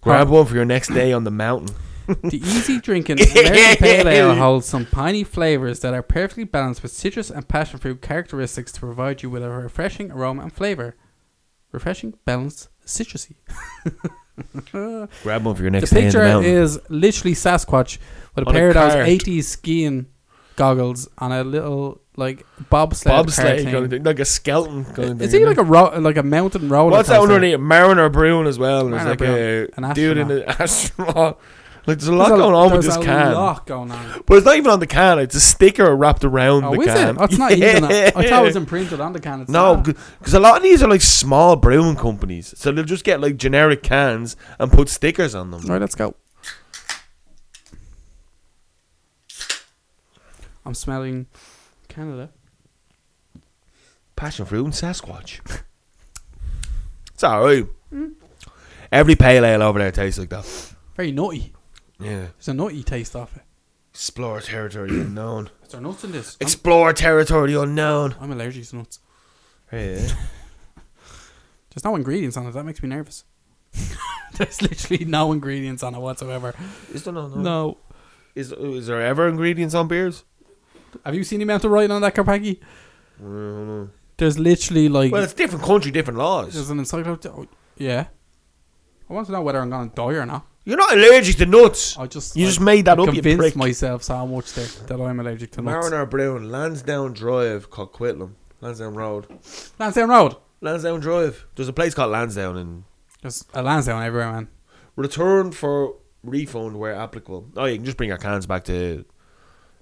grab
Huh.
one for your next day on the mountain.
The easy drinking American Pale Ale holds some piney flavors that are perfectly balanced with citrus and passion fruit characteristics to provide you with a refreshing aroma and flavor. Refreshing, balanced, citrusy.
Grab one for your
The
next day on the
picture
mountain.
is literally Sasquatch with a
On a
pair of those
cart.
80s skiing goggles and a little like bobsled.
Bobsleigh
cart
kind of
thing.
thing, like a skeleton kind of thing.
Is he
you
like
know?
a ro- like a mountain roller?
What's that
coaster?
underneath? it? Mariner Brewing as well. There's
Mariner
like
Brewing,
a
an
dude in an astronaut. Like there's a lot
There's a-
going on with
there's
this
a
can.
lot going on.
But it's not even on the can. It's a sticker wrapped around
Oh,
the
is
can.
it? Oh, it's not even. on- I thought it was imprinted on the can. It's
No,
not.
because a lot of these are like small brewing companies, so they'll just get like generic cans and put stickers on them.
Right, let's go. I'm smelling Canada.
Passion fruit and Sasquatch. it's alright. Every pale ale over there tastes like that.
Very nutty.
Yeah,
There's a nutty taste off it.
explore territory unknown.
Is there nuts in this? I'm,
Explore territory unknown.
I'm allergic to nuts.
Yeah.
There's no ingredients on it. That makes me nervous. There's literally no ingredients on it whatsoever.
Is there no,
No.
Is is there ever ingredients on beers?
Have you seen the amount of writing on that Karpaki?
I don't know.
There's literally like.
Well, it's different country, different
there's
laws.
an encyclopedia. Oh, yeah. I want to know whether I'm going to die or not.
You're not allergic to nuts.
I just.
You
I
just made that up, you
convinced
prick.
myself so much that, that I'm allergic to nuts.
Mariner Brown, Lansdowne Drive, Coquitlam, Lansdowne Road.
Lansdowne Road.
Lansdowne Drive. There's a place called Lansdowne in
There's a Lansdowne everywhere, man.
Return for refund where applicable. Oh, you can just bring your cans back to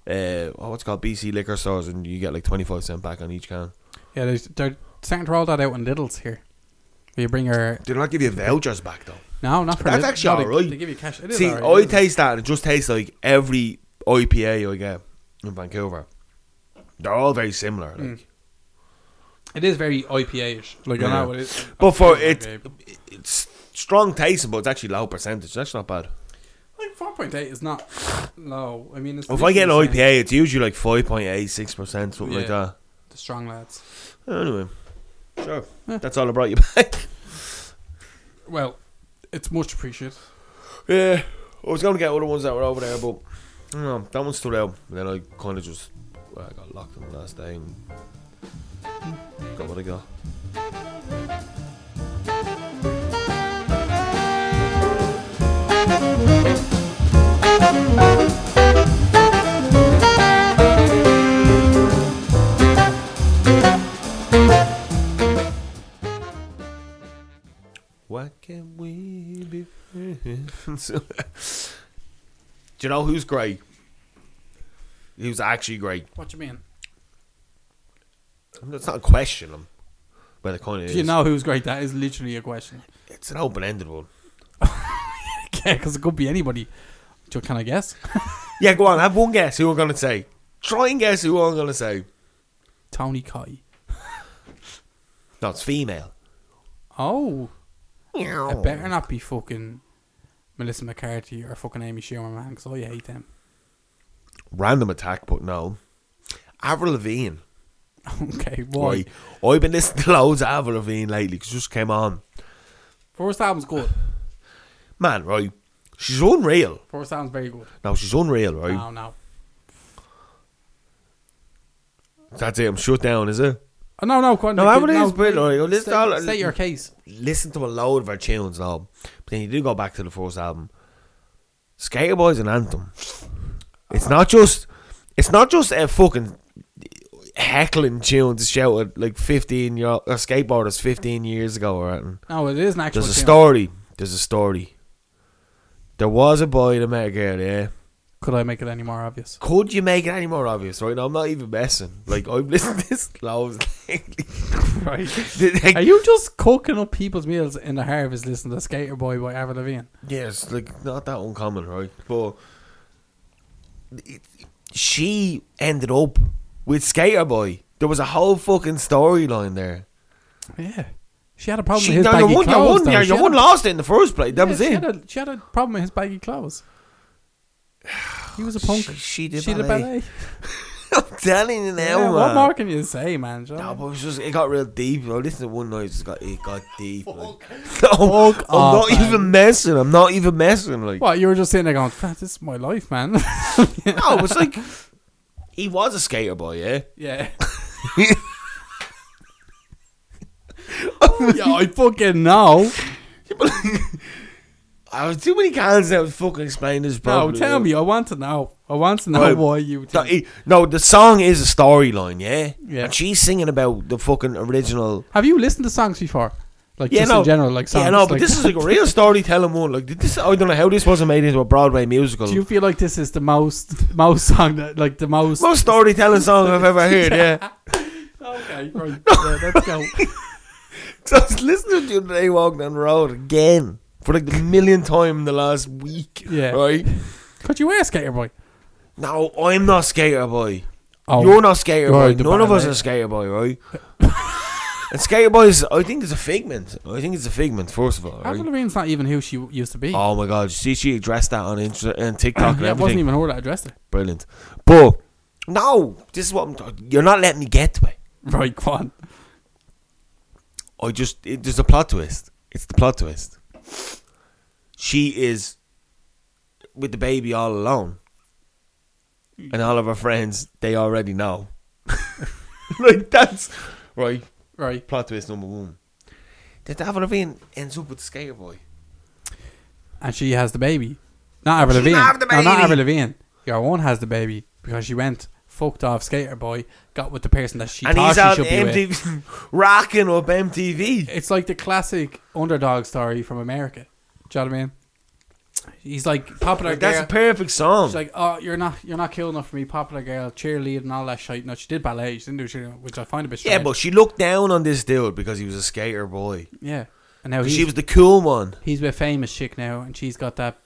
uh, oh, what's it called BC liquor stores, and you get like twenty five cent back on each can.
Yeah, there's, they're starting to roll that out in Lidl's here. Where you bring your
Do not give you vouchers back though.
no, not for
That's
Lidl.
actually
no, they-
alright.
They give you cash. It is
See,
alright,
I
it is.
taste that, and it just tastes like every IPA I get in Vancouver. They're all very similar. Like.
Mm. It is very IPA-ish. Like I
Yeah.
know it is.
But for
Absolutely
it,
IPA.
it's strong tasting, but it's actually low percentage. That's not bad.
like four point eight is not low. I mean, it's
If I get an
literally the same.
IPA, it's usually like five point eight six percent, something like
Yeah.
that.
the strong lads.
Anyway, sure.
Yeah.
That's all I brought you back.
Well, it's much appreciated.
yeah, I was going to get other ones that were over there, but you know, that one stood out. And then I kind of just well, I got locked on the last day and got what I got. What can we be friends? Do you know who's great? He was actually great.
What do you mean?
That's not a question. um, Well, it kind of
Do
is.
you know who's great? That is literally a question.
It's an open-ended one.
Yeah, because it could be anybody. Do you can I guess?
Yeah, go on. Have one guess who I'm going to say. Try and guess who I'm going to say.
Tony Kai.
No, it's female.
Oh,
Oh.
it better not be fucking Melissa McCarthy or fucking Amy Schumer, man. Because I hate them.
Random attack, but no. Avril Lavigne.
okay, why?
Why? I've been listening to loads of Avril Lavigne lately 'cause it just came on.
First album's good.
Man, right? She's unreal.
First album's very good.
No, she's unreal, right?
No, no.
That's it. I'm shut down, is it?
Oh, no, no, go on,
No,
like,
Avril Lavigne's brilliant, alright, well, this
state,
all-
state your case.
Listen to a load of her tunes and all. But then you do go back to the first album. Skater Boy's an anthem. It's not just. It's not just a fucking heckling tunes shouted like 15 year old or skateboarders 15 years ago or anything.
No, it is an actual.
There's a
tune.
story. There's a story. There was a boy that met a girl, yeah.
Could I make it any more obvious?
Could you make it any more obvious, right? Now, I'm not even messing. Like, I've listened to this loads lately.
right.
Like,
Are you just cooking up people's meals in the harvest? Listen to Skater Boy by Avril Lavigne.
Yeah, it's like not that uncommon, right? But it, she ended up with Skater Boy. There was a whole fucking storyline there.
Yeah, she had a problem
She,
with his
now,
baggy
you won, you
clothes.
won,
though.
yeah,
She
you
had
won
a-
lost it in the first place. That
yeah,
was
she
it.
Had a, she had a problem with his baggy clothes. He was a punk.
She, she did
she did
ballet.
ballet.
I'm telling you now,
Yeah,
man.
what more can you say, man? Do you know
No,
what I
but
mean?
it, was just, it got real deep. I listened to one night, it just got it got deep. Like. No,
Fuck
I'm not
off, man.
even messing. I'm not even messing. Like,
What you were just sitting there going, "Fuck, "This is my life, man."
no, it's like he was a skater boy, yeah.
yeah. yeah, I fucking know.
I was too many cans that would fucking explain this.
No,
Problem.
tell me. I want to know. I want to know
Right.
why you.
No,
Think.
he- no, the song is a storyline, yeah.
Yeah.
And she's singing about the fucking original.
Have you listened to songs before? Like
Yeah,
just
no,
in general, like songs.
yeah, no, but
like-
this is like a real storytelling one. Like this, I don't know how this wasn't made into a Broadway musical.
Do you feel like this is the most most song that like the most?
Most storytelling song I've ever heard. Yeah.
Okay, right. yeah, let's go.
So I was listening to you today walking down the road again for like the millionth time in the last week.
Yeah.
Right.
Could you wear skater boy?
No, I'm not skater boy.
Oh,
You're not skater
You're
boy.
the
None of us
ballet.
are skater boy, right? and skater boy is, I think, it's a figment. I think it's a figment. First of all, right?
Avril Lavigne's not even who she used to be.
Oh my god! You see, she addressed that on Insta and TikTok and
yeah, it wasn't
everything.
even her that addressed it.
Brilliant. But no, this is what I'm. T- you're not letting me get to it.
Right, go on.
I just it, there's a plot twist. It's the plot twist. She is with the baby all alone, and all of her friends they already know. like that's right.
Right.
Plot twist number one. That Avril Lavigne ends up with the skater boy.
And she has the baby. Not Avril Lavigne.
have the
No, not
baby.
Avril Lavigne. Your one has the baby because she went fucked off skater boy, got with the person that she
and
thought
he's
she
on
should be with.
MTV, rocking up MTV.
It's like the classic underdog story from America. Do you know what I mean? He's like popular
Like, that's
girl.
a perfect song.
She's like, oh, you're not, you're not cool enough for me, popular girl, cheerleading, and all that shit. No, she did ballet. She didn't do cheerleading, which I find a bit strange.
yeah, but she looked down on this dude because he was a skater boy.
yeah, and now he's,
She was the cool one.
he's with famous chick now, and she's got that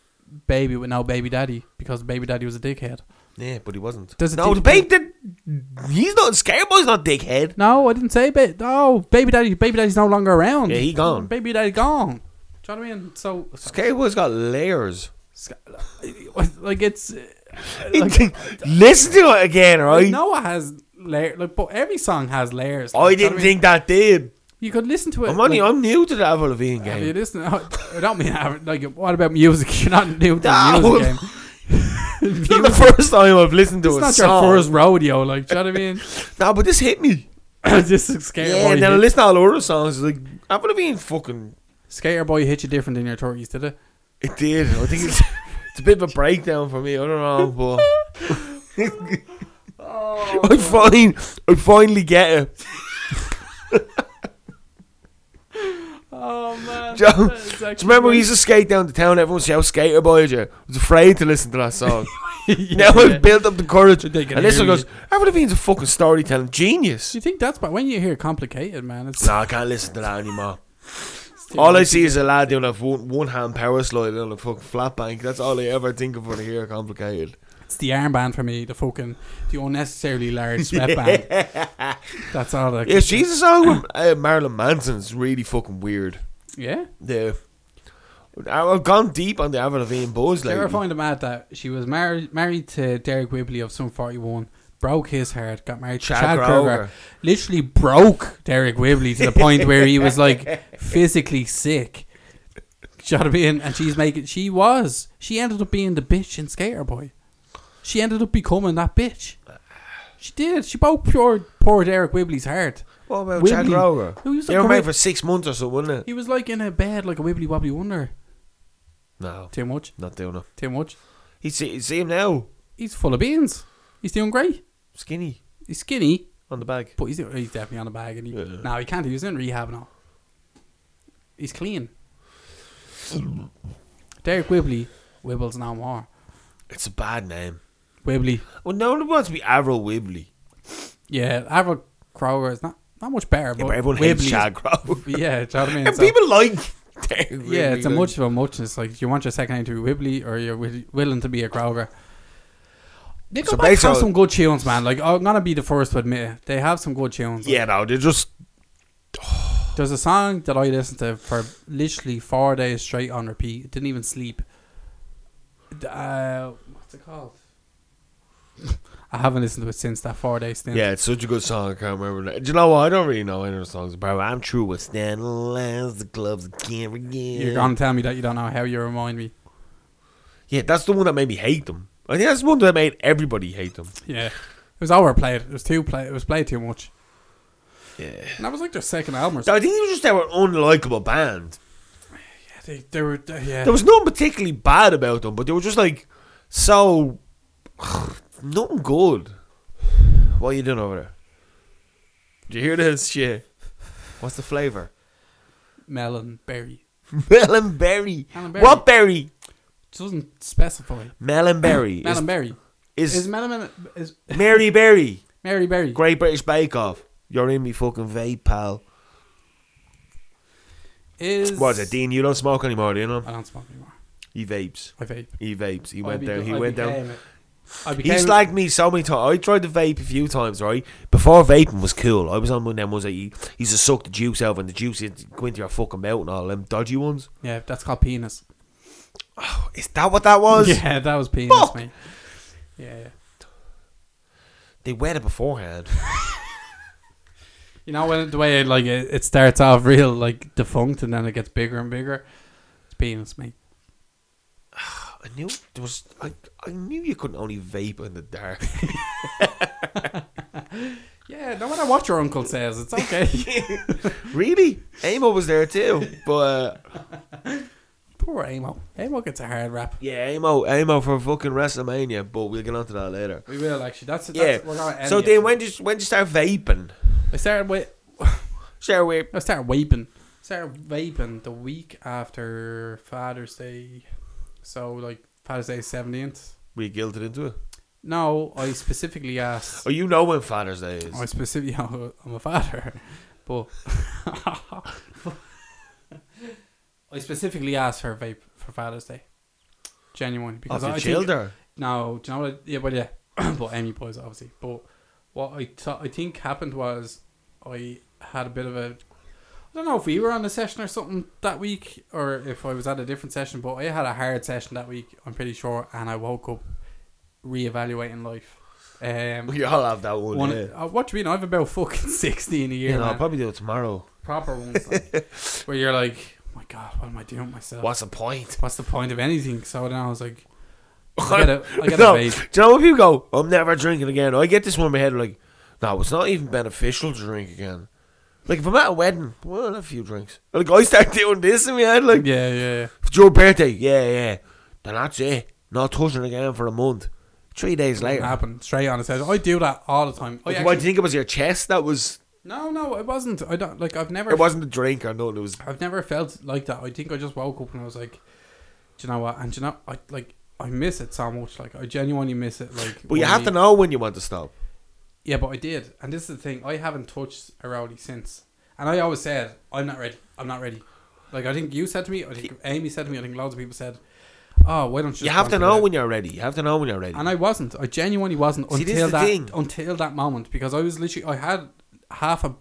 baby with no baby daddy because the baby daddy was a dickhead.
Yeah, but he wasn't.
Does it
no, the
teach-
babe, the, he's not skater boy's not dickhead.
No, I didn't say baby. No, baby daddy, baby daddy's no longer around.
Yeah, he gone.
Baby daddy gone. Do you know what I mean? So,
Skater boy's got layers.
Sky- like it's
Listen to it again, right?
Noah has layer, like, but every song has layers.
I
Like, do you know
didn't
what
think that did.
you could listen to it.
I'm only
like,
I'm new to the Avril Lavigne
Have you
game.
listened? I don't mean have- like what about music? You're not new to
No.
the music game.
It's not the first time I've listened to
It's
a
not
song.
your first rodeo, like do you know what I mean?
No, but this hit me.
Just a skater
Yeah,
boy.
and then I
hit,
listen to all the other songs. It's like Avril Lavigne fucking.
skater boy hit you different in your thirties, did it?
It did. I think it's it's a bit of a breakdown for me. I don't know, but I find I finally get it.
Oh man!
Do you- that Do you remember we used to skate down the town? Everyone shout "Skater Boy!" at you. I was afraid to listen to that song. now I've built up the courage.
They can
And this
hear
one goes, "Avril Lavigne's a fucking storytelling genius."
Do you think that's but when you hear complicated, man? It's
No, I can't listen to that anymore. All I see is a lad doing a one, one hand power slide on a fucking flat bank. That's all I ever think of when I hear complicated.
It's the armband for me. The fucking the unnecessarily large sweatband.
yeah,
That's all. I
yeah, she's a song with uh, Marilyn Manson's really fucking weird.
yeah.
Yeah. I- I've gone deep on the Avril Lavigne buzz
They were
lately.
finding mad that she was married married to Derek Whibley of Sum 41, broke his heart, got married to
Chad
Chad,
Kroeger.
Kroger. literally broke Derek Whibley to the point where he was like physically sick. Do you know what I mean? And she's making, she was, she ended up being the bitch in Skater Boy. She ended up becoming that bitch. She did. She broke poor, poor Derek Whibley's heart.
What about Chad
Whibley.
Kroger?
Who used to
They were
come
married
in-
for six months or so, wasn't it?
He was like in a bed, like a wibbly wobbly wonder.
No,
Too much.
not doing it.
Too much.
You see, you see him now,
He's full of beans. He's doing great.
skinny
He's skinny,
on the bag.
but he's, he's definitely on a bag. And he,
Yeah.
No, he can't. He's in rehab now. He's clean. Derek Wibley. Wibbles no more.
It's a bad name.
Wibley.
Well, no one wants to be Avril Wibley.
Yeah, Avril Kroger is not, not much better, but,
Yeah, but everyone
Wibley
hates
is-
Chad
Yeah, do
Kroger.
you know what I mean?
and
So-
people like Derek
yeah, it's a
Wibley,
much of a muchness. Like, you want your second name to be Wibley or you're wi- willing to be a Kroger. They
So
go back
basically-
have some good tunes, man. Like, I'm going to be the first to admit it. They have some good tunes.
like- Yeah, no, they're just
There's a song that I listened to for literally four days straight on repeat. Didn't even sleep. D- Uh, what's it called? I haven't listened to it since that four days stint.
Yeah, it's such a good song. I can't remember. it. Do you know what? I don't really know any of the songs. But I'm true with Stan Lance, the clubs can't again.
You're gonna tell me that you don't know how you remind me.
Yeah, that's the one that made me hate them. I think that's the one that made everybody hate them.
Yeah, it was overplayed. It was too play. It was played too much.
Yeah.
And that was like their second album. Or
So
something.
I think it was just they were an unlikable band.
Yeah, they, they were. they- yeah,
There was nothing particularly bad about them, but they were just like so nothing good. What are you doing over there? Do you hear this shit? What's the flavour?
melon berry.
Melon berry.
Melon berry.
What berry?
It doesn't specify.
Melon berry.
Melon berry.
is,
Is
is
melon is
Mary Berry.
Mary Berry?
Great British Bake Off. You're in me fucking vape, pal.
Is
What is it, Dean? You don't smoke anymore, do you know?
I don't smoke anymore.
He vapes.
I vape.
He vapes. He
I
went
Oh, be-
down. He
I
went down.
became it. I became
He's
it.
like me so many times. I tried to vape a few times, right? Before vaping was cool. I was on one of them ones that you used to suck the juice out of and the juice is go into your fucking mouth and all them dodgy ones.
Yeah, that's called penis.
Is that what that was?
yeah, that was penis,
Fuck.
mate. Yeah, yeah.
They wet it beforehand.
You know when the way it, like it, it starts off real like defunct and then it gets bigger and bigger. It's penis, mate.
I knew there was. I, I knew you couldn't only vape in the dark.
Yeah, no matter what your uncle says, it's okay.
really? Amo was there too, but uh,
Poor over Amo. Amo gets a hard rap.
Yeah, Amo, Amo for fucking WrestleMania, but we'll get onto that later.
We will actually. That's, that's
Yeah.
We're gonna end
So
it.
then, when did you, when did you start vaping?
I started with.
Share we?
I started vaping. Started vaping the week after Father's Day. So like Father's Day seventeenth.
We guilted into it.
No, I specifically asked.
Oh, you know when Father's Day is.
I Oh, specifically, I'm a father, but I specifically asked for a vape for Father's Day. Genuinely,
Of
because
your
I think
children.
No, do you know what? I, yeah, well, yeah, but Amy boys obviously. But what I thought I think happened was I had a bit of a. I don't know if we were on a session or something that week, or if I was at a different session. But I had a hard session that week. I'm pretty sure, and I woke up reevaluating life. Um,
We all have that one.
one,
yeah.
uh, what do you mean? I've about fucking sixteen a year,
You know, I'll
man.
probably do it tomorrow.
proper ones, like, where you're like, oh my God, what am I doing with myself?
What's the point?
What's the point of anything? So then I was like, I get a, I get
no,
a vape.
do you know when people go, I'm never drinking again? I get this one in my head, like, no, it's not even beneficial to drink again. Like, if I'm at a wedding, well, I'll have a few drinks. Like, I start doing this in my head, like,
Yeah, yeah, yeah.
If it's your birthday, yeah, yeah. Then that's it. Not touching again for a month. Three days later.
happen straight on his head. I do that all the time. I Ah,
Like,
oh, actually,
what do you think it was your chest that was.
no, no, it wasn't. I don't like. I've never.
It wasn't a drink or nothing. It was.
I've never felt like that. I think I just woke up and I was like, do you know what? And do you know, I like. I miss it so much. Like I genuinely miss it. Like,
But you
when
have
we-
to know when you want to stop.
Yeah, but I did, and this is the thing. I haven't touched a rowdy since, and I always said I'm not ready. I'm not ready. Like I think you said to me. I think Amy said to me. I think loads of people said, "Oh, why don't you?"
You
just
have
go
to
into
know
bed?"
when you're ready. You have to know when you're ready.
And I wasn't. I genuinely wasn't
See, this
until
is the
that
thing.
until that moment because I was literally I had half a,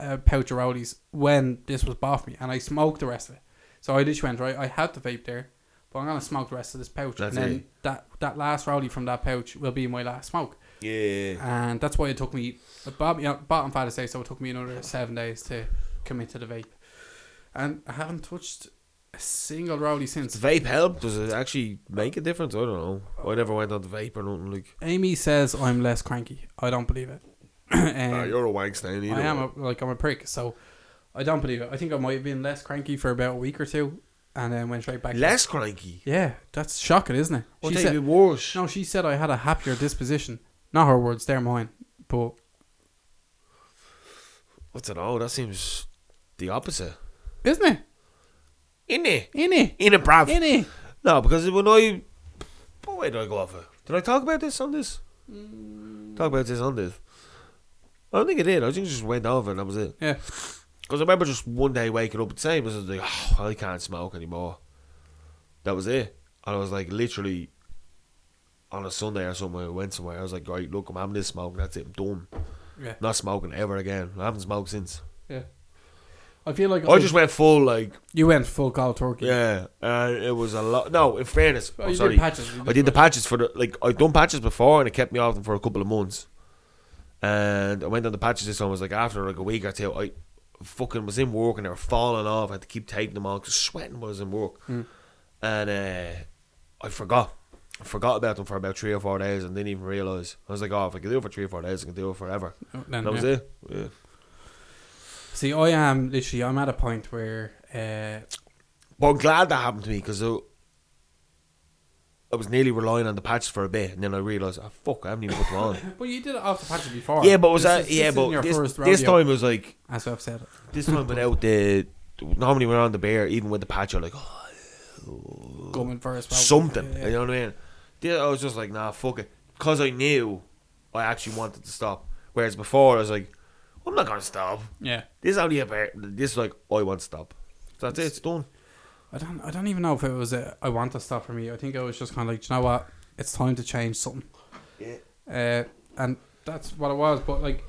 a pouch of rollies when this was bought for me, and I smoked the rest of it. So I literally went right. I had the vape there, but I'm gonna smoke the rest of this pouch,
That's
and then
it.
that that last rollie from that pouch will be my last smoke.
yeah.
And that's why it took me it bought me bought on Father's Day, so it took me another seven days to commit to the vape, and I haven't touched a single rollie since.
Does vape help? Does it actually make a difference? I don't know. I never went on the vape or nothing like.
Amy says I'm less cranky. I don't believe it. Um,
Nah, Ah, you're a wank stain either.
I am
way.
a, like I'm a prick, so I don't believe it. I think I might have been less cranky for about a week or two, and then went straight back. to-
less cranky.
yeah, that's shocking, isn't it?
What
she
they
said,
even worse?
no, she said I had a happier disposition. Not her words, they're mine. But
What's it all? That seems the opposite.
isn't it?
In it,
In it,
in it, bruv.
in it.
No, because when I, but where did I go off it? Did I talk about this on this?
Mm.
Talk about this on this? I don't think I did. I think I just went over and that was it.
Yeah,
Because I remember just one day waking up and saying, "Was like, oh, I can't smoke anymore." That was it, and I was like, literally, on a Sunday or somewhere, I went somewhere. I was like, "Right, look, I'm having this smoke. That's it. I'm done.
yeah,
Not smoking ever again. I haven't smoked since."
yeah. I feel like
I just went full like,
you went full cold turkey.
yeah, and it was a lot. No, in fairness,
Oh,
I'm
you
sorry.
did patches. you
I did the patches for the like I've done patches before and it kept me off them for a couple of months. And I went on the patches this time. I was like after like a week or two, I fucking was in work and they were falling off. I had to keep taking them on because sweating while I was in work.
Mm.
And uh, I forgot. I forgot about them for about three or four days and didn't even realise. I was like, oh, if I can do it for three or four days, I can do it forever.
Oh,
And
then,
that was
yeah.
it. Yeah.
See, I am literally. I'm at a point where. Uh,
But I'm glad that happened to me because I, I was nearly relying on the patches for a bit and then I realised, oh, fuck, I haven't even put them on.
well, you did it off the patches before.
Yeah, but was
This
that?
is-
yeah,
this isn't
but
your
this,
first
this
rodeo,
time it was like
as I've said.
this time without the. Normally we're on the bear, even with the patch, you're like oh,
Going first, well,
something.
yeah, yeah.
You know what I mean? There, I was just like, nah, fuck it, because I knew I actually wanted to stop. Whereas before, I was like, I'm not gonna stop.
Yeah,
This is only a bear. This is like I want to stop. So that's it. It's done.
I don't. I don't even know if it was a, I want to stop for me. I think I was just kind of like, "Do you know what, it's time to change something.
Yeah.
Uh, and that's what it was. But like,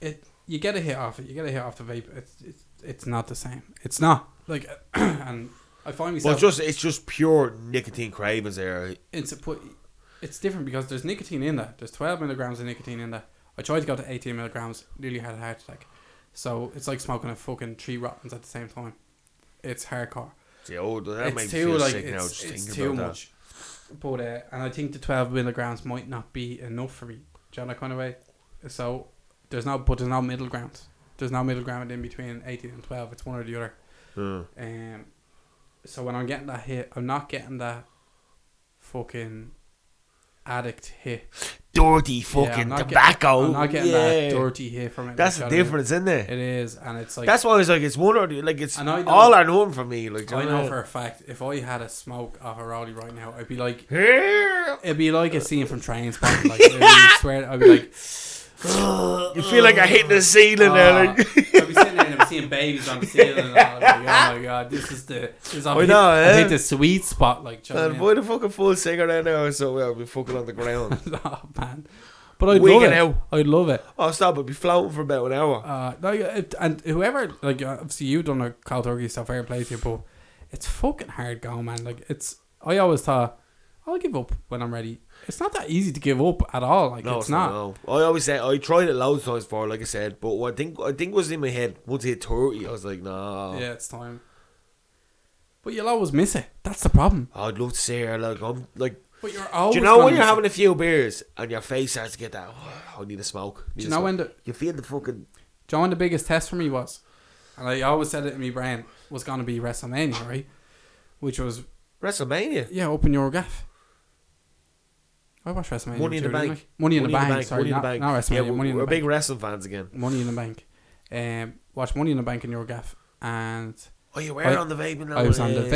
it you get a hit off it. You get a hit off the vape. It's it's, it's not the same. It's not like, and I find myself
Well, it's just it's just pure nicotine cravings there.
it's a put. It's different because there's nicotine in that. There's 12 milligrams of nicotine in that. I tried to go to 18 milligrams, nearly had a heart attack. So it's like smoking a fucking tree rottens at the same time. It's hardcore.
See, oh, that
it's
makes me
too
feel
like
sick now.
it's,
Just
it's
thinking
too
about
much. But uh, and I think the twelve milligrams might not be enough for me. Do you know that kind of way? So there's no, but there's no middle ground. There's no middle ground in between eighteen and twelve. It's one or the other.
that. Yeah.
Um, So when I'm getting that hit, I'm not getting that fucking addict hit.
Dirty
Yeah, I'm
fucking
not get-
tobacco.
I'm not getting
Oh, Yeah.
that dirty hit from it.
That's
like,
the
I don't know.
difference, isn't it?
It is, and it's like
That's why I was like, it's one or the, like it's
And I know- Oh,
all or none for me. Like do
I
you
know for a fact if I had a smoke off a rolly right now, I'd be like, it'd be like a scene from Train Spot. Like, it'd be- swear, I'd be like,
you feel like I'm hitting the ceiling there.
"Ah."
Like,
I'd be sitting there and I'm seeing babies on the ceiling. And I'm like, oh my god, this is the this is I've
I
hit,
know,
I've
eh?
hit the sweet spot. Like, do you know
man,
what
boy, the fucking full cigarette now, so well, we fucking on the ground.
I mean? oh man, but I'd love it.
Wigging out.
I'd love it.
Oh, stop! I'd be floating for about an hour.
Uh, no, you- it, and whoever like uh, obviously you done a cold turkey stuff, fair play to you, but it's fucking hard going, man. Like it's, I always thought I'll give up when I'm ready. It's not that easy to give up at all. Like it's, not.
no. I always say I tried it loads of times before, like I said, but what I think I think was in my head once I hit thirty, I was like, nah.
Yeah, it's time. But you'll always miss it. That's the problem.
I'd love to see her. Like I'm like.
But you're always.
Do you know
gonna
when you're
miss it.
having a few beers and your face starts to get that? "Oh, I need a smoke.
Do you know when the
you feel the fucking
Do you know when the biggest test for me was, and I always said it in my brain was going to be WrestleMania, right? Which was
WrestleMania?
yeah, open your gaff. I watched WrestleMania.
Money in the
too, didn't
bank.
I? Money in the bank. Sorry,
Money in
not,
the bank.
not WrestleMania.
yeah, we're,
Money in
we're
the
big
bank.
wrestling fans again.
Money in the bank. Um, watch Money in the Bank in your gaff, and
Oh, you were
I-
on the vape. and
I was
all-
on the
yeah,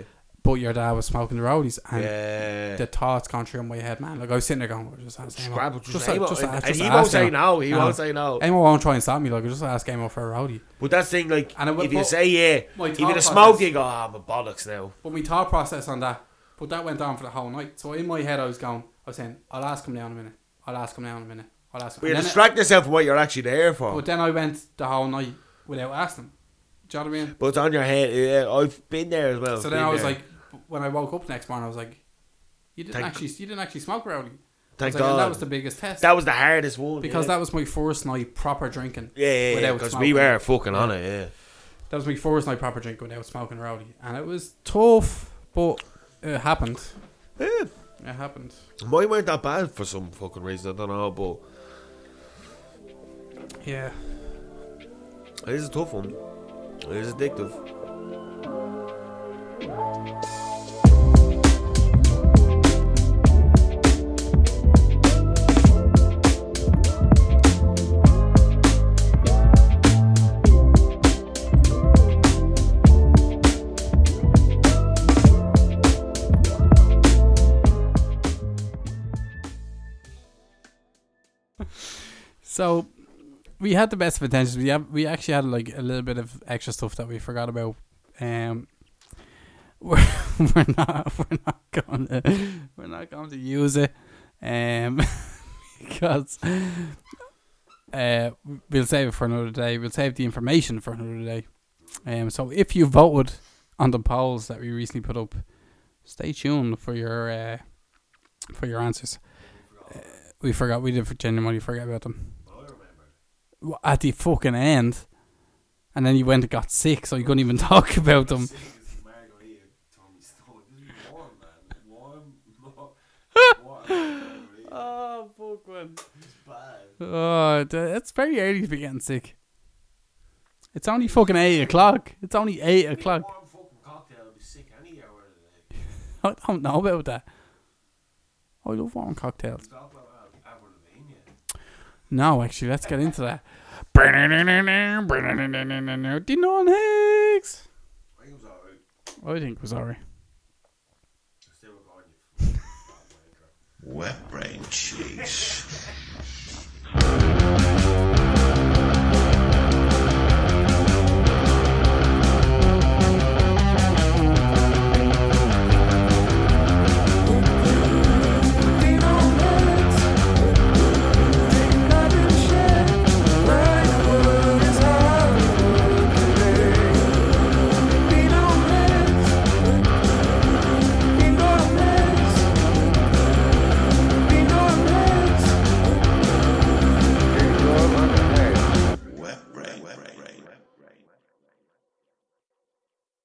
vape. but your dad was smoking the roadies, and
Yeah.
the thoughts gone through in my head, man. Like I was sitting there going, just ask
Just
Amo.
grab it, just
a-
aim it.
a-
And
just
he
a
won't
ask
say
Amo.
no, he won't say no.
Amo won't try and stop me. Like just ask Amo for a roadie.
But that's the thing, like,
And I went-
if you
but-
say yeah,
my
if you're
thought
a
process-
smoke, you go, ah, I'm a bollocks now.
But my thought process on that, but that went on for the whole night. So in my head, I was going, I was saying, I'll ask him now in a minute. I'll ask him now in a minute. I'll ask him.
But you
And then it-
distract yourself from what you're actually there for.
but then I went the whole night without asking. him. Do you know what I mean?
But it's on your head. Yeah, I've been there as well.
So then
been
I was
there.
like, when I woke up the next morning, I was like, you didn't
Thank-
actually, you didn't actually smoke rowdy. I was
thank
like, and
God.
that was the biggest test
hardest one.
because
yeah.
that was my first night proper drinking.
Yeah, yeah, yeah.
without
Because
smoking.
we were fucking on it, yeah.
That was my first night proper drinking without smoking rowdy, and it was tough, but it happened.
Yeah.
It happened.
Mine weren't that bad for some fucking reason. I don't know, but
Yeah.
it is a tough one. It is addictive.
So we had the best of intentions. We have, we actually had like a little bit of extra stuff that we forgot about. Um, we're we're not we're not going to we're not going to use it, um, because uh we'll save it for another day. We'll save the information for another day. Um, so if you voted on the polls that we recently put up, stay tuned for your uh for your answers. Uh, we forgot we did for genuinely forget about them w- at the fucking end, and then you went and got sick, so you couldn't even talk about them. Oh fuck, man! Oh, d- it's very early to be getting sick. It's only fucking eight o'clock. It's only eight o'clock. I don't know about that. I love warm cocktails. No, actually, let's get into that. Dinon Higgs. I think it was alright.
Wet brain cheese.